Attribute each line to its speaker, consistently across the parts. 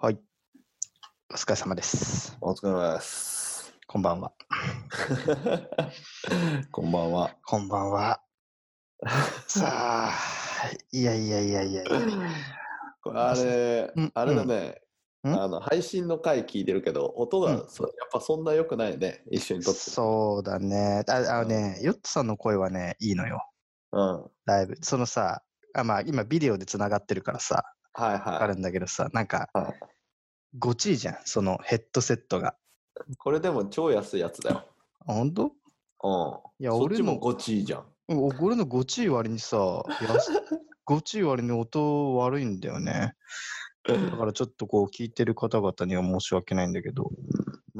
Speaker 1: はい。お疲れ様です。
Speaker 2: お疲れ様です。
Speaker 1: こんばんは。
Speaker 2: こんばんは。
Speaker 1: こんばんは。 さあ、いやいやいやいやいや。
Speaker 2: これあれ
Speaker 1: うん、
Speaker 2: あれだね。
Speaker 1: うん
Speaker 2: あの配信の回聞いてるけど、音
Speaker 1: う
Speaker 2: がそやっぱそんな良くないね、一緒に撮って。
Speaker 1: そうだね。ああのね、ヨットさんの声はね、いいのよ。
Speaker 2: うん。は
Speaker 1: だいぶ。そのさ、あまあ今ビデオでつながってるからさ、
Speaker 2: いはい。
Speaker 1: あるんだけどさ、なんか
Speaker 2: は、
Speaker 1: ごちいじゃん、そのヘッドセットが。
Speaker 2: これでも超安いやつだよ。
Speaker 1: あ、ほんと
Speaker 2: うん。
Speaker 1: いや
Speaker 2: そっ
Speaker 1: 俺
Speaker 2: ち
Speaker 1: の
Speaker 2: もごちいじゃん。
Speaker 1: お俺のごちい割にさ、 安ごちい割に音悪いんだよね。だからちょっとこう聞いてる方々には申し訳ないんだけど、は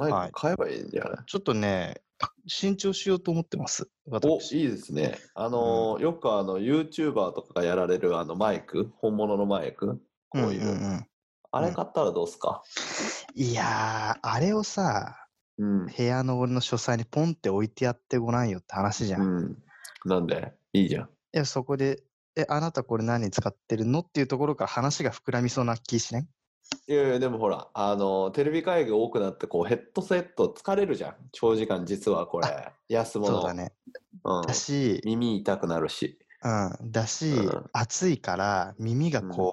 Speaker 2: マイ
Speaker 1: い
Speaker 2: ク買えばいいんじゃない、
Speaker 1: ちょっとね、新調しようと思ってます。
Speaker 2: お
Speaker 1: 私。
Speaker 2: いいですね。あのー、よくあの YouTuber とかがやられるあのマイク、本物のマイク、こういう。
Speaker 1: んんん
Speaker 2: あれ買ったらどうっすか、
Speaker 1: いやー、あれをさ、
Speaker 2: うん、
Speaker 1: 部屋の俺の書斎にポンって置いてやってごらんよって話じゃん。
Speaker 2: う
Speaker 1: い
Speaker 2: ん。なんでいいじゃん。
Speaker 1: や、そこで、え、あなたこれ何に使ってるのっていうところから話が膨らみそうな気しない
Speaker 2: いやいやでもほらあのテレビ会議多くなってこうヘッドセット疲れるじゃん長時間実はこれ安
Speaker 1: そ
Speaker 2: 物
Speaker 1: うだね。
Speaker 2: うん、
Speaker 1: だし、
Speaker 2: 耳痛くなるし
Speaker 1: うん、だし、
Speaker 2: うん
Speaker 1: 暑いから耳がこ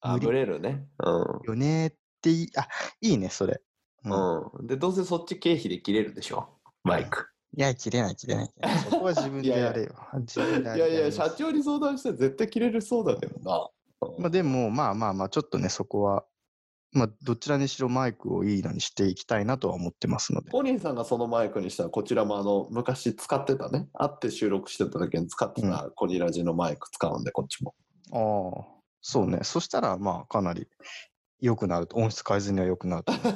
Speaker 2: あ
Speaker 1: 無理
Speaker 2: ぶれるねうん、
Speaker 1: う、よねーっていい、あ、いいね、それ。うん
Speaker 2: うんでどうせそっち経費で切れるでしょマイク、
Speaker 1: いや、切れない、切 れない。切れないそこは自分で
Speaker 2: いやいや
Speaker 1: やれよ。自分でや
Speaker 2: い
Speaker 1: れ
Speaker 2: やいや
Speaker 1: りま
Speaker 2: 社
Speaker 1: す
Speaker 2: 長に相談したら絶対切れるそうだけどな、
Speaker 1: まあでも、まあまあまあ、ちょっとね、そこは、まあ、どちらにしろマイクをいいのにしていきたいなとは思ってますので。
Speaker 2: ポニーさんがそのマイクにしたらこちらもあの昔使ってたね会って収録してた時に使ってたコニラジのマイク使うんでこっちも、
Speaker 1: ああ、そうね。そしたら、まあ、かなり良くなると、音質改善には良くなると思う。は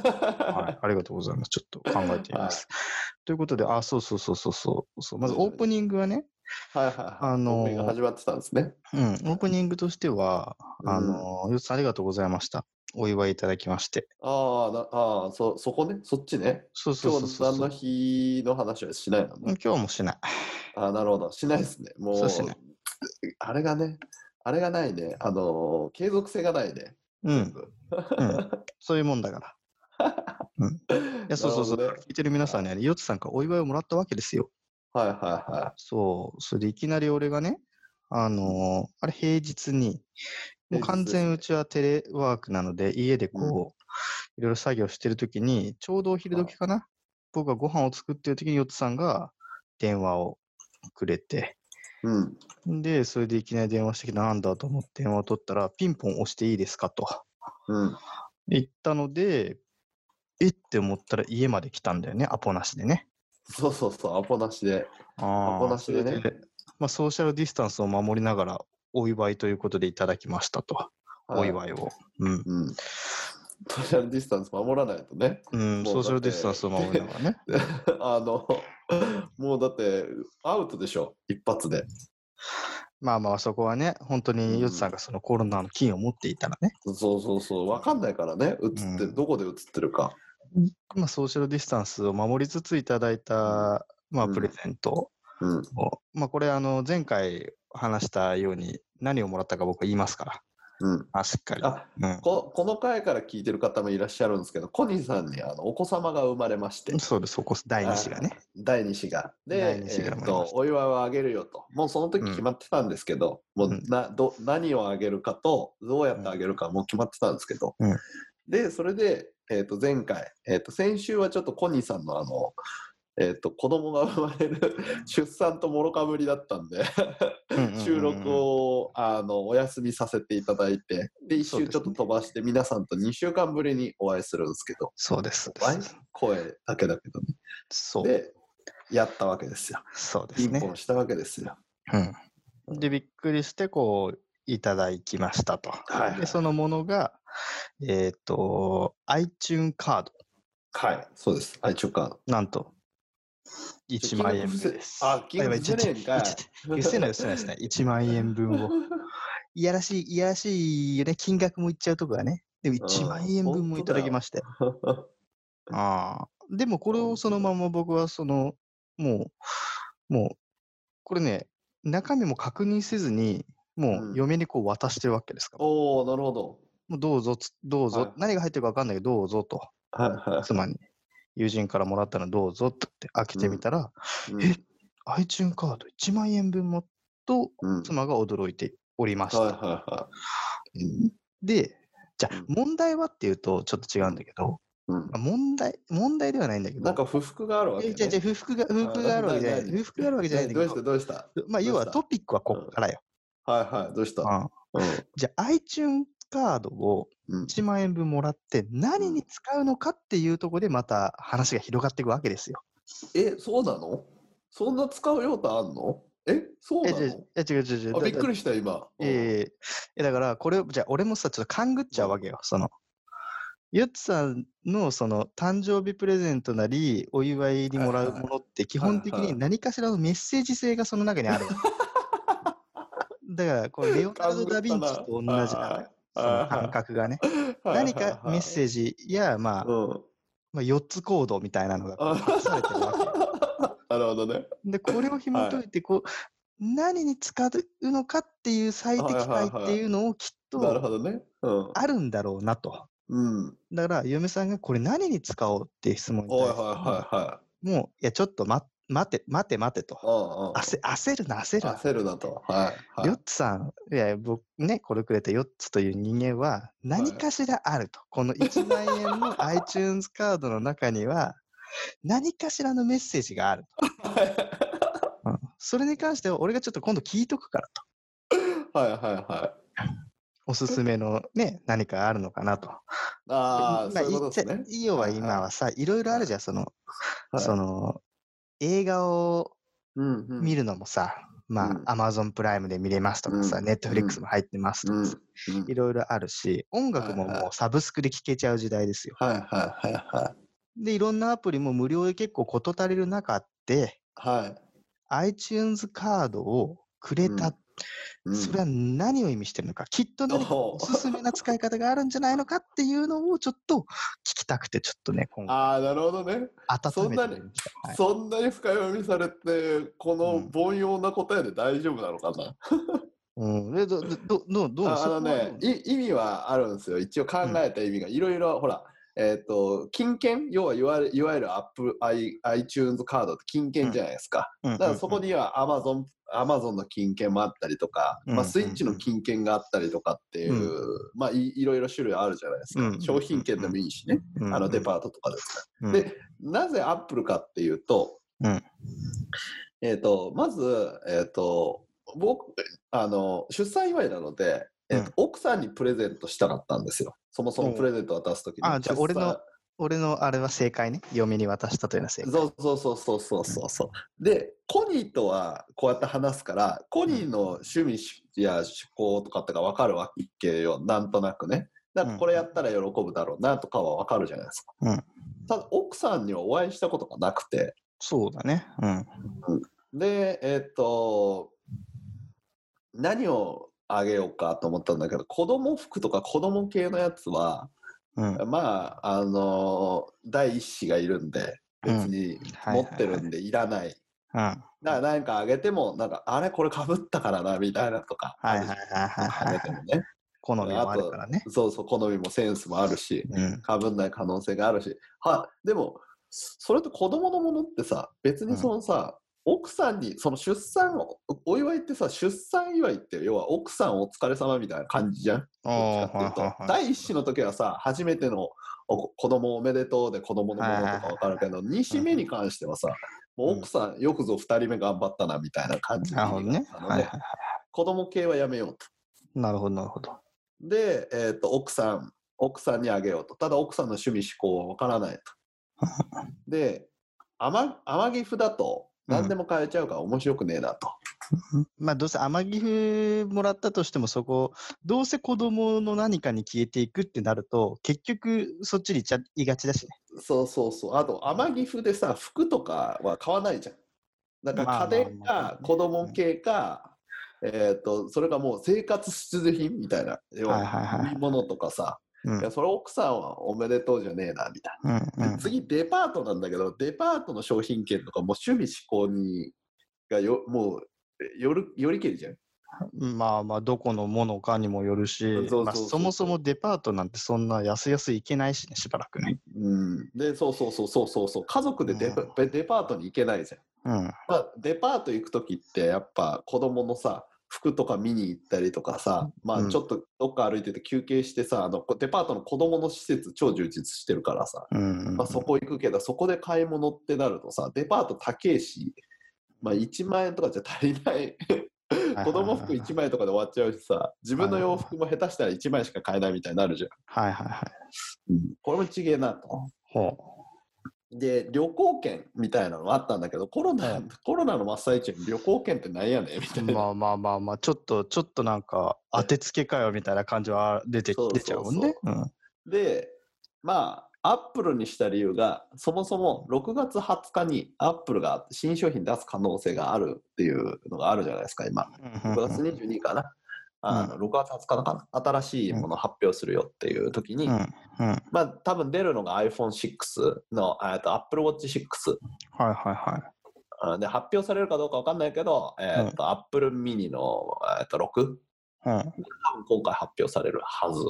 Speaker 1: い、ありがとうございます。ちょっと考えてみます。ということで、あ、そうそうそうそうそうそう。まずオープニングはね、
Speaker 2: はいはいはい。
Speaker 1: あのー
Speaker 2: オープニングが始まってたんですね。
Speaker 1: うん、オープニングとしては、あの、よっさんありがとうございました。お祝いいただきまして。
Speaker 2: ああな、ああ、そ、そこね、そっちね。
Speaker 1: そうそう
Speaker 2: 今
Speaker 1: そう
Speaker 2: 日
Speaker 1: そう
Speaker 2: 何の日の話はしないの
Speaker 1: う
Speaker 2: ね
Speaker 1: ん。今日もしない。
Speaker 2: ああ、なるほど。しないですね。もう、
Speaker 1: そうしない
Speaker 2: あれがね、あれがないね。あのー、継続性がないね。
Speaker 1: うん。 うん、そういうもんだから。いや、そうそうそう。
Speaker 2: なるほどね
Speaker 1: 聞いてる皆さんね、ヨッツさんからお祝いをもらったわけですよ。
Speaker 2: はいはいは
Speaker 1: そう。それでいきなり俺がね、あのーあれ平日に、もう
Speaker 2: 平日
Speaker 1: 完
Speaker 2: ですね
Speaker 1: 全うちはテレワークなので、家でこう、いろいろ作業してるときに、ちょうどお昼時かな、僕がご飯を作ってるときにヨッツさんが電話をくれて、
Speaker 2: い。うん。
Speaker 1: で、それでいきなり電話してきて、なんだと思って電話を取ったら、ピンポン押していいですかと
Speaker 2: うん。
Speaker 1: 言ったので、えって思ったら家まで来たんだよね、アポなしでね。
Speaker 2: そうそうそう、アポなしで。
Speaker 1: あ
Speaker 2: アポなしでね
Speaker 1: それまあ、ソーシャルディスタンスを守りながら、お祝いということでいただきましたと、お
Speaker 2: い。
Speaker 1: 祝いを。うん、
Speaker 2: うん。ソーシャルディスタンス守らないとね。
Speaker 1: うん、
Speaker 2: もう
Speaker 1: ソーシャルディスタンスを守りながらね。
Speaker 2: あの、もうだって、アウトでしょ。一発で。
Speaker 1: まあまあ、そこはね、本当
Speaker 2: う
Speaker 1: に
Speaker 2: ん
Speaker 1: ヨツさんがそのコロナの菌を持っていたらね、
Speaker 2: そうそうそう、わかんないからね、映って、
Speaker 1: うん
Speaker 2: どこで映ってるか。
Speaker 1: まあ、ソーシャルディスタンスを守りつついただいた、まあ、
Speaker 2: うん
Speaker 1: プレゼント
Speaker 2: うん。
Speaker 1: を、まあ、これ、あの、前回話したように、何をもらったか僕は言いますから、
Speaker 2: うん。
Speaker 1: あしっかり。
Speaker 2: あ、
Speaker 1: うん
Speaker 2: こ、この回から聞いてる方もいらっしゃるんですけど、コニーさんにあのお子様が生まれまして、
Speaker 1: そうです、そこ、第2子がね。
Speaker 2: 第2子が。
Speaker 1: 第二
Speaker 2: で、え
Speaker 1: 子が生まれ
Speaker 2: ー
Speaker 1: ました
Speaker 2: と、お祝いをあげるよと。もうその時決まってたんですけど、
Speaker 1: ん
Speaker 2: もうなど、何をあげるかと、どうやってあげるかもう決まってたんですけど、
Speaker 1: うん
Speaker 2: で、それで、えっ、と、前回、えっ、と、先週はちょっとコニーさんのあの、えっと子供が生まれる 出産ともろかぶりだったんで
Speaker 1: うんうんうん
Speaker 2: 収録をあのお休みさせていただいてで一
Speaker 1: そうです
Speaker 2: 周
Speaker 1: ね
Speaker 2: ちょっと飛ばして皆さんと2週間ぶりにお会いするんですけど
Speaker 1: そうです。
Speaker 2: お会い声だけだけどね
Speaker 1: そう。
Speaker 2: でやったわけですよ
Speaker 1: そうです
Speaker 2: ピン
Speaker 1: ね
Speaker 2: ポ。ンしたわけですよ
Speaker 1: うん、でびっくりしてこういただきましたと。
Speaker 2: はいはい
Speaker 1: でそのものがえっ、と iTune カード
Speaker 2: はいそうです愛知 カード
Speaker 1: なんと1万円分です。
Speaker 2: あ金
Speaker 1: あやば
Speaker 2: 額伏せ
Speaker 1: い
Speaker 2: ねえんかい
Speaker 1: ちょちょ言せない言せないですね。1万円分を。いやらしいいやらしいよね金額もいっちゃうとこがね。でも1万円分もいただきまして。ああでもこれをそのまま僕はそのもうもうこれね中身も確認せずにもううん嫁にこう渡してるわけですから。
Speaker 2: おおなるほど
Speaker 1: もうどうぞつ、どうぞ、
Speaker 2: はい
Speaker 1: 何が入ってるか分かんないけど、どうぞと、
Speaker 2: はいは
Speaker 1: 妻に、友人からもらったのどうぞって言って開けてみたら、
Speaker 2: い。うん
Speaker 1: え iTune カード1万円分もと、
Speaker 2: うん
Speaker 1: 妻が驚いておりました。
Speaker 2: はいはいは
Speaker 1: で、じゃ
Speaker 2: う
Speaker 1: あ
Speaker 2: ん、
Speaker 1: 問題はっていうとちょっと違うんだけど、
Speaker 2: い。うん
Speaker 1: まあ問題、問題ではないんだけど、
Speaker 2: なんか不服があるわけ、
Speaker 1: え、
Speaker 2: ね。
Speaker 1: じゃじゃ不服が、不服があるわけじゃない。
Speaker 2: なな
Speaker 1: 不服があるわけじゃないんだ
Speaker 2: どう
Speaker 1: け
Speaker 2: し
Speaker 1: ど、
Speaker 2: たどうした
Speaker 1: まあ、要は
Speaker 2: どうした
Speaker 1: トピックはここからよ。
Speaker 2: はいはい、どうした、
Speaker 1: うんじゃあ、iTune カードを
Speaker 2: うんうん、
Speaker 1: 1万円分もらって、何に使うのかっていうところで、また話が広がっていくわけですよ。
Speaker 2: え、そうなのそんな使う用途あんのえ、そう
Speaker 1: え、
Speaker 2: な
Speaker 1: じゃ
Speaker 2: の
Speaker 1: あ違う違う違う。
Speaker 2: あびっく
Speaker 1: り。
Speaker 2: りした、今。うん
Speaker 1: ええ、だから、これ、じゃあ、俺もさ、ちょっと勘ぐっちゃうわけよ。その、ゆっつさんの、その、誕生日プレゼントなり、お祝いにもらうものって、基本的
Speaker 2: はいは
Speaker 1: に
Speaker 2: い
Speaker 1: 何かしらのメッセージ性がその中にあるわけ。だから、これ、レオナルド・ダ・ヴィンチと同じなのよその感覚がね。何かメッ
Speaker 2: ージ
Speaker 1: セージや、まあ、
Speaker 2: うん
Speaker 1: まあ、4つ行動みたいなのがこう隠されてるわけよ。
Speaker 2: なるほどね。
Speaker 1: で、これを紐解いて、こう、何に使うのかっていう最適解っていうのをきっ
Speaker 2: な
Speaker 1: と
Speaker 2: るほどね。うん。
Speaker 1: あるんだろうなと。
Speaker 2: うん。
Speaker 1: だから、嫁さんがこれ何に使おうっていう質問に対
Speaker 2: はいはい
Speaker 1: して、
Speaker 2: はいはい。
Speaker 1: もう、いや、ちょっと待待て、待て、待てと。
Speaker 2: うんうん
Speaker 1: 焦焦るな、焦るな。
Speaker 2: 焦るなと。はい。はい
Speaker 1: ヨッツさん、いや、僕ね、これくれたヨッツという人間は、何かしらあると。この1万円 の iTunes カードの中には、何かしらのメッセージがあると。うんそれに関しては、俺がちょっと今度聞いとくからと。
Speaker 2: はいはいはい。
Speaker 1: おすすめのね、何かあるのかなと。
Speaker 2: ああ、そういうことですね。
Speaker 1: い要は
Speaker 2: はいはい
Speaker 1: 今はさ、いろいろあるじゃん、その、
Speaker 2: はい
Speaker 1: その、映画を
Speaker 2: うんうん
Speaker 1: 見るのもさ、ま
Speaker 2: うん
Speaker 1: あ、Amazon プライムで見れますとかさ、
Speaker 2: うん
Speaker 1: Netflix も入ってますと
Speaker 2: う
Speaker 1: か
Speaker 2: んうん
Speaker 1: さ、いろいろあるし、音楽も
Speaker 2: はい
Speaker 1: も
Speaker 2: は
Speaker 1: うサブスクで聴けちゃう時代ですよ。
Speaker 2: はいはいはいは
Speaker 1: で、いろんなアプリも無料で結構事足りる中で、
Speaker 2: い。はい。
Speaker 1: iTunes カードをくれた、
Speaker 2: うん
Speaker 1: それは何を意味してるのか、きっと何か
Speaker 2: お
Speaker 1: お
Speaker 2: う
Speaker 1: すすめな使い方があるんじゃないのかっていうのをちょっと聞きたくて、ちょっとね、今後
Speaker 2: ああ、なるほどね。そ
Speaker 1: 温
Speaker 2: ん
Speaker 1: め
Speaker 2: な
Speaker 1: て
Speaker 2: に
Speaker 1: みましたはい
Speaker 2: そんなに深読みされて、こ
Speaker 1: う
Speaker 2: の
Speaker 1: ん
Speaker 2: 凡庸な答えで大丈夫なのかな、
Speaker 1: うん、でどどどどうどう
Speaker 2: ああ
Speaker 1: そこ
Speaker 2: の
Speaker 1: は
Speaker 2: ね
Speaker 1: どう
Speaker 2: い、意味はあるんですよ。一応考えた意味が、いろいろ、ほら、えっ、と、金券、要はいわゆるいわゆるアップ、I、iTunes カードって金券じゃないですか。
Speaker 1: うん
Speaker 2: だからそこには Amazon、Amazon の金券もあったりとか、
Speaker 1: うん
Speaker 2: まあ、スイッチの金券があったりとかっていう、まあい、いろいろ種類あるじゃないですか。
Speaker 1: うん
Speaker 2: 商品券でもいいしね、あのデパートとかです
Speaker 1: ート
Speaker 2: でなぜアップルかっていうと、
Speaker 1: うん
Speaker 2: えっ、と、まず、えっ、と、僕、あの、出産祝いなので、えーと
Speaker 1: うん
Speaker 2: 奥さんにプレゼントしたかったんですよ。そもそもプレゼント渡すときに。
Speaker 1: あじゃあ
Speaker 2: 出産
Speaker 1: 俺の俺のあれは正解ね。嫁に渡したというのは正解。
Speaker 2: そうそうそうそうそうそうそう。で、コニーとはこうやって話すから、コニーの趣味や趣向とかってか分かるわけよ、なんとなくね。だからこれやったら喜ぶだろうなとかは分かるじゃないですか。
Speaker 1: うん
Speaker 2: ただ、奥さんにはお会いしたことがなくて、
Speaker 1: そうだね。うん。
Speaker 2: で、えっと、何をあげようかと思ったんだけど、子供服とか子供系のやつは、
Speaker 1: うん。
Speaker 2: まあ、あの第一子がいるんで、別に
Speaker 1: はいは
Speaker 2: 持
Speaker 1: い
Speaker 2: ってるんでいらない。
Speaker 1: うん
Speaker 2: だからなんかあげても、なんか、あれこれかぶったからな、みたいなとか。
Speaker 1: はいはいはいはい
Speaker 2: あ
Speaker 1: は
Speaker 2: げ
Speaker 1: い。
Speaker 2: てもね。
Speaker 1: 好みもあるからね。
Speaker 2: そうそう、好みもセンスもあるし、
Speaker 1: うん。
Speaker 2: かぶんない可能性があるし。は、でも、それと子供のものってさ、別にそのさ、奥さんに、その出産を、お祝いってさ、出産祝いって、要は奥さんお疲れ様みたいな感じじゃん。
Speaker 1: お
Speaker 2: ど
Speaker 1: ー
Speaker 2: っちかって
Speaker 1: はい
Speaker 2: いうと
Speaker 1: はいはい
Speaker 2: 第一子の時はさ、初めてのお子供おめでとうで子供のものとかわかるけど、二子目に関してはさ、もう奥さん、よくぞ二人目頑張ったなみたいな感じに
Speaker 1: な
Speaker 2: な
Speaker 1: るほど
Speaker 2: ったので
Speaker 1: ね。はいはいはい。
Speaker 2: 子供系はやめようと。
Speaker 1: なるほどなるほど。
Speaker 2: で、えー、と奥さん、奥さんにあげようと。ただ奥さんの趣味嗜好はわから ないと。で、甘甘ギフだと何でも買えちゃうから面白くねえなと。
Speaker 1: まあどうせ甘ギフもらったとしてもそこ、どうせ子供の何かに消えていくってなると、結局そっちに行っちゃいがちだしね。
Speaker 2: そうそうそう。あと、甘ギフでさ、服とかは買わないじゃん。だか
Speaker 1: ま
Speaker 2: ら
Speaker 1: あま
Speaker 2: 家電
Speaker 1: あまあ
Speaker 2: か子供系か、えっ、と、それがもう生活必需品みたいな。要
Speaker 1: はいはい
Speaker 2: は
Speaker 1: はい
Speaker 2: 飲み物とかさ。
Speaker 1: うん
Speaker 2: いや、それ奥さんはおめでとうじゃねえな、みたい
Speaker 1: うんう
Speaker 2: な。で
Speaker 1: ん。
Speaker 2: 次、デパートなんだけど、デパートの商品券とかもう趣味嗜好に、がよ、もう、よる、よりけりじゃん。
Speaker 1: まあまあ、どこのものかにもよるし
Speaker 2: そうそうそ、う
Speaker 1: まあそもそもデパートなんてそんな安々行けないしね、しばらくね。
Speaker 2: うん、でそうそうそうそうそうそう家族でデパ,、デパートに行けないじゃん、
Speaker 1: うん。
Speaker 2: まあ、デパート行く時ってやっぱ子供のさ服とか見に行ったりとかさ、
Speaker 1: う
Speaker 2: まあ、
Speaker 1: ん
Speaker 2: ちょっとどっか歩いてて休憩してさ、あのデパートの子供の施設超充実してるからさ、
Speaker 1: うん。
Speaker 2: まあ、そこ行くけどそこで買い物ってなるとさデパート高えし、まあ、1万円とかじゃ足りない子供服1枚とかで終わっちゃうしさ自分の洋服も下手したら1枚しか買えないみたいになるじゃん、
Speaker 1: はいはいはい。
Speaker 2: これもちげえなと。
Speaker 1: ほ
Speaker 2: で旅行券みたいなのがあったんだけどコロナ、
Speaker 1: うん
Speaker 2: コロナの真っ最中に旅行券ってなんやねんみた
Speaker 1: う。
Speaker 2: いな、
Speaker 1: まあまあまあまあ、ちょっと、ちょっとなんか、当てつけかよみたいな感じは出て、
Speaker 2: そうそうそう
Speaker 1: 出ちゃうもんね。うん。
Speaker 2: でまあアップルにした理由がそもそも6月20日にアップルが新商品出す可能性があるっていうのがあるじゃないですか今
Speaker 1: うん
Speaker 2: 6月22日かな、あの6月20日かな新しいもの発表するよっていう時に、
Speaker 1: うん。うん。はい
Speaker 2: まあ多分出るのが iPhone6 のえっと AppleWatch6
Speaker 1: はいは
Speaker 2: あで発表されるかどうかわかんないけど、えっと Apple mini の、えっと6
Speaker 1: い。うん。
Speaker 2: 多分今回発表されるはず。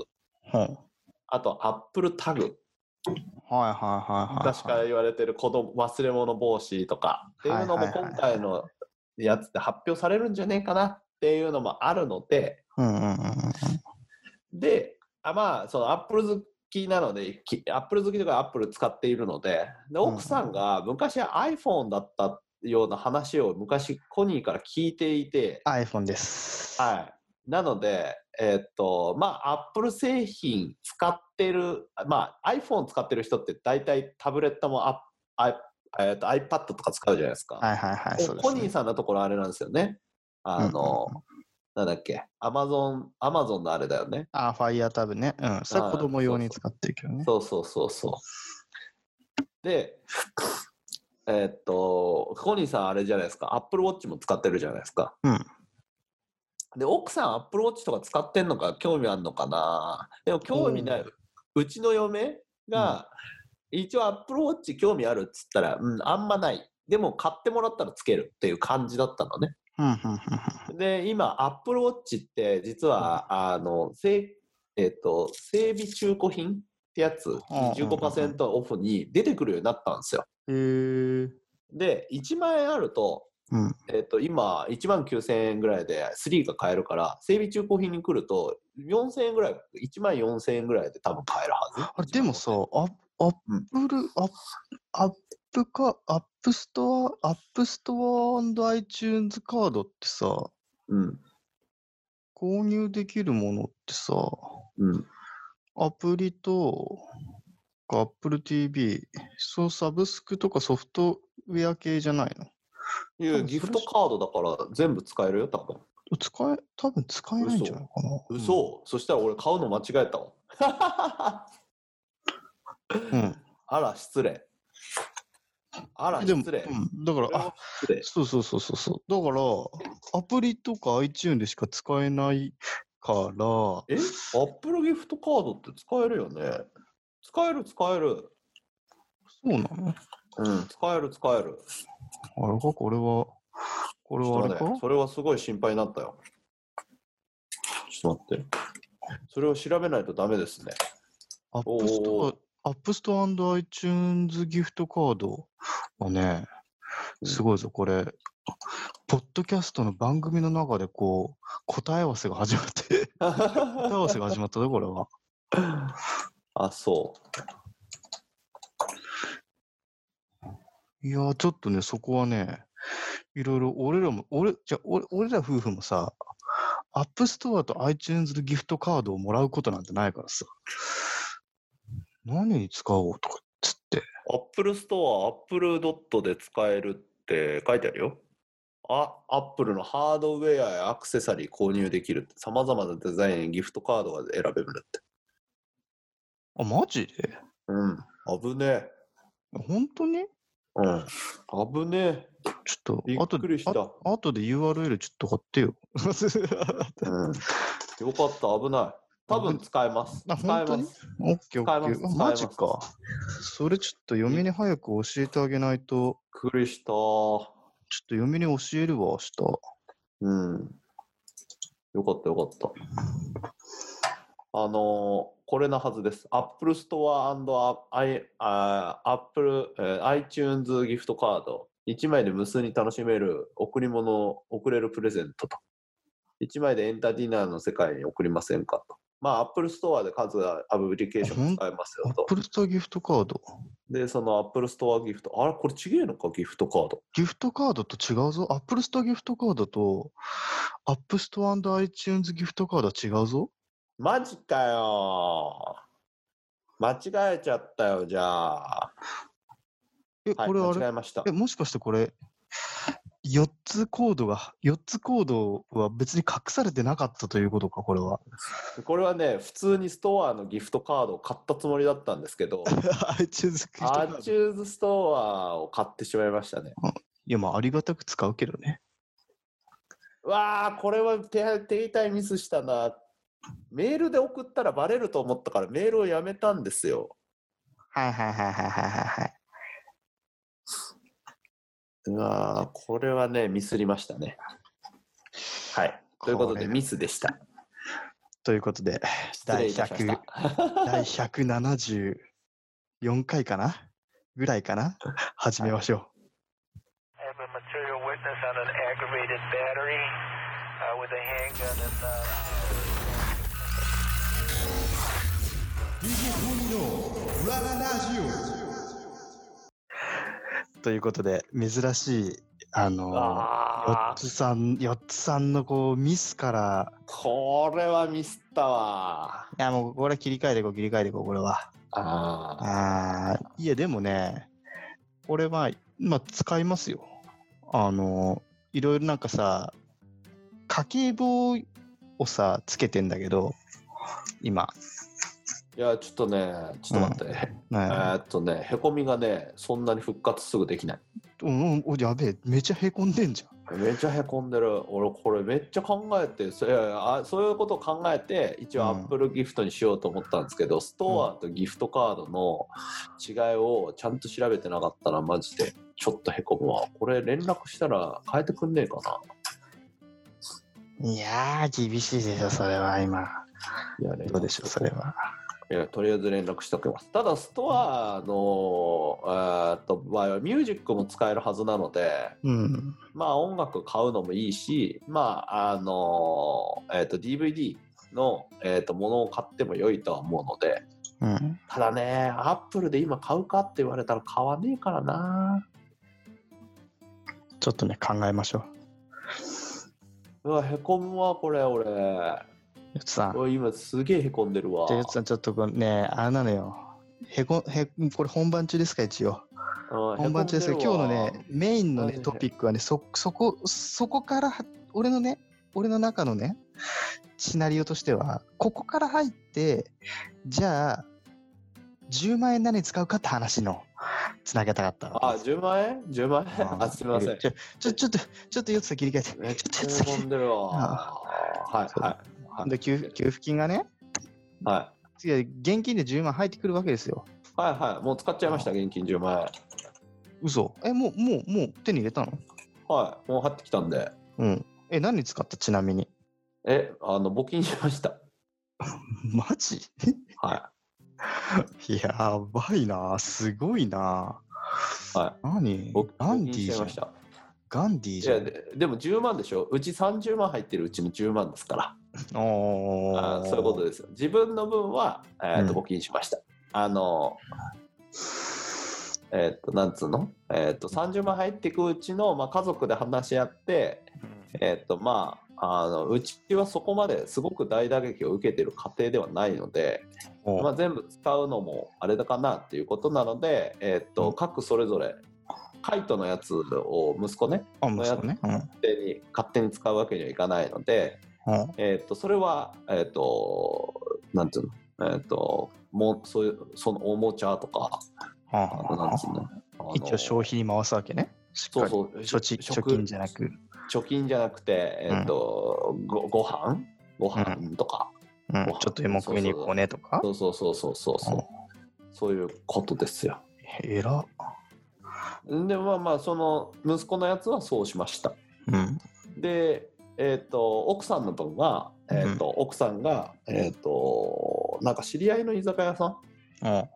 Speaker 1: ほう。はい
Speaker 2: あと、アップルタグ。
Speaker 1: はいはいはい。
Speaker 2: 昔から言われてる子供忘れ物防止とかっていうのも
Speaker 1: はいはいはい
Speaker 2: 今回のやつで発表されるんじゃねえかなっていうのもあるので、
Speaker 1: うんうんうんうん。
Speaker 2: で、あまあ、そのアップル好きなので、きアップル好きとかアップル使っているので、で
Speaker 1: うん
Speaker 2: 奥さんが昔は iPhone だったような話を昔コニーから聞いていて、
Speaker 1: iPhone です。
Speaker 2: はい。なので、えーっと、まあ、アップル製品使ってる、まあ、iPhone 使ってる人って大体タブレットもアッあえーっと iPad とか使うじゃないですか。
Speaker 1: はいはいはい。
Speaker 2: で
Speaker 1: そうで
Speaker 2: コ
Speaker 1: す
Speaker 2: ニー
Speaker 1: ね。
Speaker 2: さんのところあれなんですよね。あの、なんだっけ、Amazon、Amazon のあれだよね。
Speaker 1: あ、ファイヤータブね。うん。それは子供用に使ってるけどね。
Speaker 2: そうそうそうそう。で、えーっと、コニーさんあれじゃないですか、Apple Watch も使ってるじゃないですか。
Speaker 1: うん。
Speaker 2: で奥さんアップルウォッチとか使ってんのか興味あんのかなでも興味ないうちの嫁が、一応アップルウォッチ興味あるっつったら、うん、あんまないでも買ってもらったらつけるっていう感じだったのね
Speaker 1: うんうんうんうん。
Speaker 2: で今アップルウォッチって実は、あのせえっと整備中古品ってやつ15%オフに出てくるようになったんですよ
Speaker 1: へー
Speaker 2: で1万円あると
Speaker 1: うん。
Speaker 2: えっと今1万9000円ぐらいで3が買えるから整備中古品に来ると4000円ぐらい1万4000円ぐらいで多分買えるは
Speaker 1: あ
Speaker 2: ず
Speaker 1: でもさ、アッアップル、アッアップか、アップストア、アップストア &iTunes カードってさ、
Speaker 2: うん
Speaker 1: 購入できるものってさ、
Speaker 2: うん
Speaker 1: アプリと、Apple TV、そうサブスクとかソフトウェア系じゃないの
Speaker 2: いやギフトカードだから全部使えるよ多分
Speaker 1: 使え、多分使えないんじゃないかな。
Speaker 2: 嘘、そしたら俺買うの間違えたわ
Speaker 1: うん。うん
Speaker 2: あら失礼あら
Speaker 1: でも、
Speaker 2: 失礼
Speaker 1: うん、だから、あ、
Speaker 2: 失礼
Speaker 1: そうそうそうそうそう。だから、アプリとか iTunes でしか使えないから、
Speaker 2: えアップルギフトカードって使えるよね使える使える
Speaker 1: そうなの
Speaker 2: うん使える使える
Speaker 1: あれか、これは、これ
Speaker 2: ちょっ
Speaker 1: はあれ
Speaker 2: と待
Speaker 1: か
Speaker 2: って、それはすごい心配になったよ。ちょっと待って。それを調べないとダメですね。
Speaker 1: アップス
Speaker 2: おー
Speaker 1: トア、アップスト &iTunes ギフトカードはね、
Speaker 2: うん
Speaker 1: すごいぞ、これ。ポッドキャストの番組の中でこう、答え合わせが始まって、 答え合わせが始まったぞ、これは。
Speaker 2: あ、そう。
Speaker 1: いやー、ちょっとね、そこはね、いろいろ、俺らも、俺、じゃあ俺、俺ら夫婦もさ、アップストアと iTunes のギフトカードをもらうことなんてないからさ、何に使おうとかっつって、
Speaker 2: アップルストア、アップルドットで使えるって書いてあるよ。あ、アップルのハードウェアやアクセサリー購入できるって、さまざまなデザイン、ギフトカードが選べるって。
Speaker 1: あ、マジで
Speaker 2: うん。危ねえ。
Speaker 1: 本当に
Speaker 2: うん。危ねえ。
Speaker 1: ちょ
Speaker 2: び
Speaker 1: っ
Speaker 2: っ
Speaker 1: と、
Speaker 2: くりした。
Speaker 1: あと、後で URL ちょっと貼って よ。
Speaker 2: うん。よかった、危ない。多分使えます。
Speaker 1: あ
Speaker 2: 使
Speaker 1: 本
Speaker 2: え
Speaker 1: 当
Speaker 2: ま
Speaker 1: に
Speaker 2: す。
Speaker 1: オッケーオッケ
Speaker 2: 使えま
Speaker 1: ー。
Speaker 2: す
Speaker 1: マジか。それちょっと嫁に早く教えてあげないと、
Speaker 2: びっくりした。
Speaker 1: ちょっと嫁に教えるわ、明日。
Speaker 2: うん。よかったよかった。あのーこれのはずです。Apple Store I- あ Apple えー iTunes ギフトカード。1枚で無数に楽しめる贈り物を贈れるプレゼントと。1枚でエンターティナーの世界に贈りませんかと。まあ、Apple Store で数がアプリケーション使えます
Speaker 1: ア
Speaker 2: よ
Speaker 1: ッ
Speaker 2: と。
Speaker 1: プルストアギフトカード。
Speaker 2: で、その Apple Store ギフト。あれ、これ違えのか、ギフトカード。
Speaker 1: ギフトカードと違うぞ。アップルストアギフトカードと、アップストア iTunes ギフトカードは違うぞ。
Speaker 2: マジかよー。間違えちゃったよ、じゃあ。
Speaker 1: え、
Speaker 2: はい、
Speaker 1: これあれ
Speaker 2: 間違えました
Speaker 1: え、。もしかしてこれ、4つコードが、4つコードは別に隠されてなかったということか、これは。
Speaker 2: これはね、普通にストアのギフトカードを買ったつもりだったんですけど、
Speaker 1: iTunes ギフトカ
Speaker 2: ア
Speaker 1: ー
Speaker 2: ー
Speaker 1: ド
Speaker 2: チューズストアを買ってしまいましたね。
Speaker 1: いや、まあ、ありがたく使うけどね。
Speaker 2: わあ、これは手手痛いミスしたな。メールで送ったらバレると思ったからメールをやめたんですよ。
Speaker 1: はいはいはいはいはいはい。
Speaker 2: うわあ、これはね、ミスりましたね。はい。ということで、
Speaker 1: これ
Speaker 2: ミスでした。
Speaker 1: ということで、
Speaker 2: 失礼いたしました。
Speaker 1: 第174回かなぐらいかな始めましょう。
Speaker 3: I have a material witness on an aggravated battery uh, with a handgun and. Uh
Speaker 4: DJ トミーの裏ララジオ
Speaker 1: ということで、珍しい、あの
Speaker 2: あ
Speaker 1: 4
Speaker 2: あ、
Speaker 1: つさん、4つさんのこうミスから、
Speaker 2: これはミスったわ。
Speaker 1: いや、もうこれ切り替えていこう、切り替えていこう、これは。
Speaker 2: ああ。
Speaker 1: ああ、いや、でもね、俺は、まあ、使いますよ。あの、いろいろなんかさ、家計簿をさ、つけてんだけど、今。
Speaker 2: いや、ちょっとね、ちょっと待って。えー
Speaker 1: ね、
Speaker 2: っとね、へこみがね、そんなに復活すぐできない。
Speaker 1: うん、おやべえ、めちゃへこんでんじゃん。
Speaker 2: めちゃへこんでる。俺、これめっちゃ考えて、そいやいやあそういうことを考えて、一
Speaker 1: う
Speaker 2: 応
Speaker 1: ん
Speaker 2: アップルギフトにしようと思ったんですけど、ストアとギフトカードの違いをちゃんと調べてなかったら、マジで、ちょっとへこむわ。これ、連絡したら変えてくんねえか
Speaker 1: いやー、厳しいでしょ、それは今。
Speaker 2: な。いや連絡
Speaker 1: どうでしょう、それは。
Speaker 2: いや、とりあえず連絡しておきます。ただ、ストアの、えーっと場合は、ミュージックも使えるはずなので、
Speaker 1: うん。
Speaker 2: まあ音楽買うのもいいし、まああのえっ、と DVD の、えー、とものを買っても良いとは思うので、
Speaker 1: うん。
Speaker 2: ただね、アップルで今買うかって言われたら買わねえからな。
Speaker 1: ちょっとね、考えましょう。
Speaker 2: うわ、へこむわ、これ、俺。
Speaker 1: 四つさん。
Speaker 2: うわ今すげえへこんでるわ。
Speaker 1: じゃあ、よつさん、ちょっとこうね、あれなのよ。へこ、へ、これ本番中ですか、一応。
Speaker 2: うん
Speaker 1: 本番中ですけど、今日のね、、メインの
Speaker 2: マ
Speaker 1: ね、
Speaker 2: ジで
Speaker 1: トピックはね、そ、そこ、そこからは、俺のね、俺の中のね、シナリオとしては、ここから入って、じゃあ、10万円何に使うかって話の、つなげたかった
Speaker 2: あ、
Speaker 1: わけです。
Speaker 2: 10万円 ?10 万円 あ、すみません。
Speaker 1: ちょ、ちょ、ちょっと、ちょっと、よつさん切り替えて。
Speaker 2: めっち
Speaker 1: ちょっと
Speaker 2: ゃへこんでるわ。
Speaker 1: あ
Speaker 2: はい、はい、はい。
Speaker 1: で給付給付金がね、
Speaker 2: は
Speaker 1: 次は現金で10万入ってくるわけですよ。
Speaker 2: い、はい、はい。もう使っちゃいました、現金10万円。
Speaker 1: 嘘え、もう、もう、もう手に入れたの
Speaker 2: はい、もう入ってきたんで。
Speaker 1: うん。え、何に使ったちなみに。
Speaker 2: え、あの、募金しました。
Speaker 1: マジ
Speaker 2: は。
Speaker 1: やばいなすごいない
Speaker 2: はい。
Speaker 1: 何
Speaker 2: 僕、
Speaker 1: ガンディ
Speaker 2: 募金し
Speaker 1: ーじゃ
Speaker 2: ちゃいま
Speaker 1: ん
Speaker 2: し。た。
Speaker 1: ガンディー
Speaker 2: い
Speaker 1: じゃ
Speaker 2: や
Speaker 1: ん。
Speaker 2: で、でも10万でしょうち30万入ってるうちの10万ですから。
Speaker 1: お
Speaker 2: あーそういうこと
Speaker 1: で。
Speaker 2: ですよ。自分の分は、えーと、
Speaker 1: うん
Speaker 2: 募金しました。あの、えっ、と、なんつうのえっ、と、30万入ってくうちの、まあ、家族で話し合って、えっ、と、まあ、あのうちはそこまですごく大打撃を受けてる家庭ではないので、
Speaker 1: おー
Speaker 2: まあ、全部使うのもあれだかなっていうことなので、えーっと
Speaker 1: うん
Speaker 2: 各それぞれカイトのやつを息子ね
Speaker 1: あ、息子ね。うん。
Speaker 2: 勝手に勝手に使うわけにはいかないので、
Speaker 1: うん
Speaker 2: えーっとそれは、えーっとなんていうの、えーっともうそういうそのおもちゃとか
Speaker 1: うん
Speaker 2: あとなんつうのあの
Speaker 1: 一応消費に回すわけね。しっ
Speaker 2: そ
Speaker 1: か
Speaker 2: う
Speaker 1: り。
Speaker 2: そ
Speaker 1: 貯
Speaker 2: う
Speaker 1: 金
Speaker 2: 食
Speaker 1: 貯金じゃなく。
Speaker 2: 貯金じゃなくて、えーっとごご飯ご飯とか、
Speaker 1: うん
Speaker 2: ご飯
Speaker 1: ちょっと芋食いに行こうねとか。
Speaker 2: そうそうそうそうそう、うそういうことですよ。
Speaker 1: えらっ。
Speaker 2: でまあまあその息子のやつはそうしました
Speaker 1: うん。
Speaker 2: でえっ、と、奥さんの分は、えっ、と、奥さんが、えっ、と、なんか知り合いの居酒屋さん
Speaker 1: うん。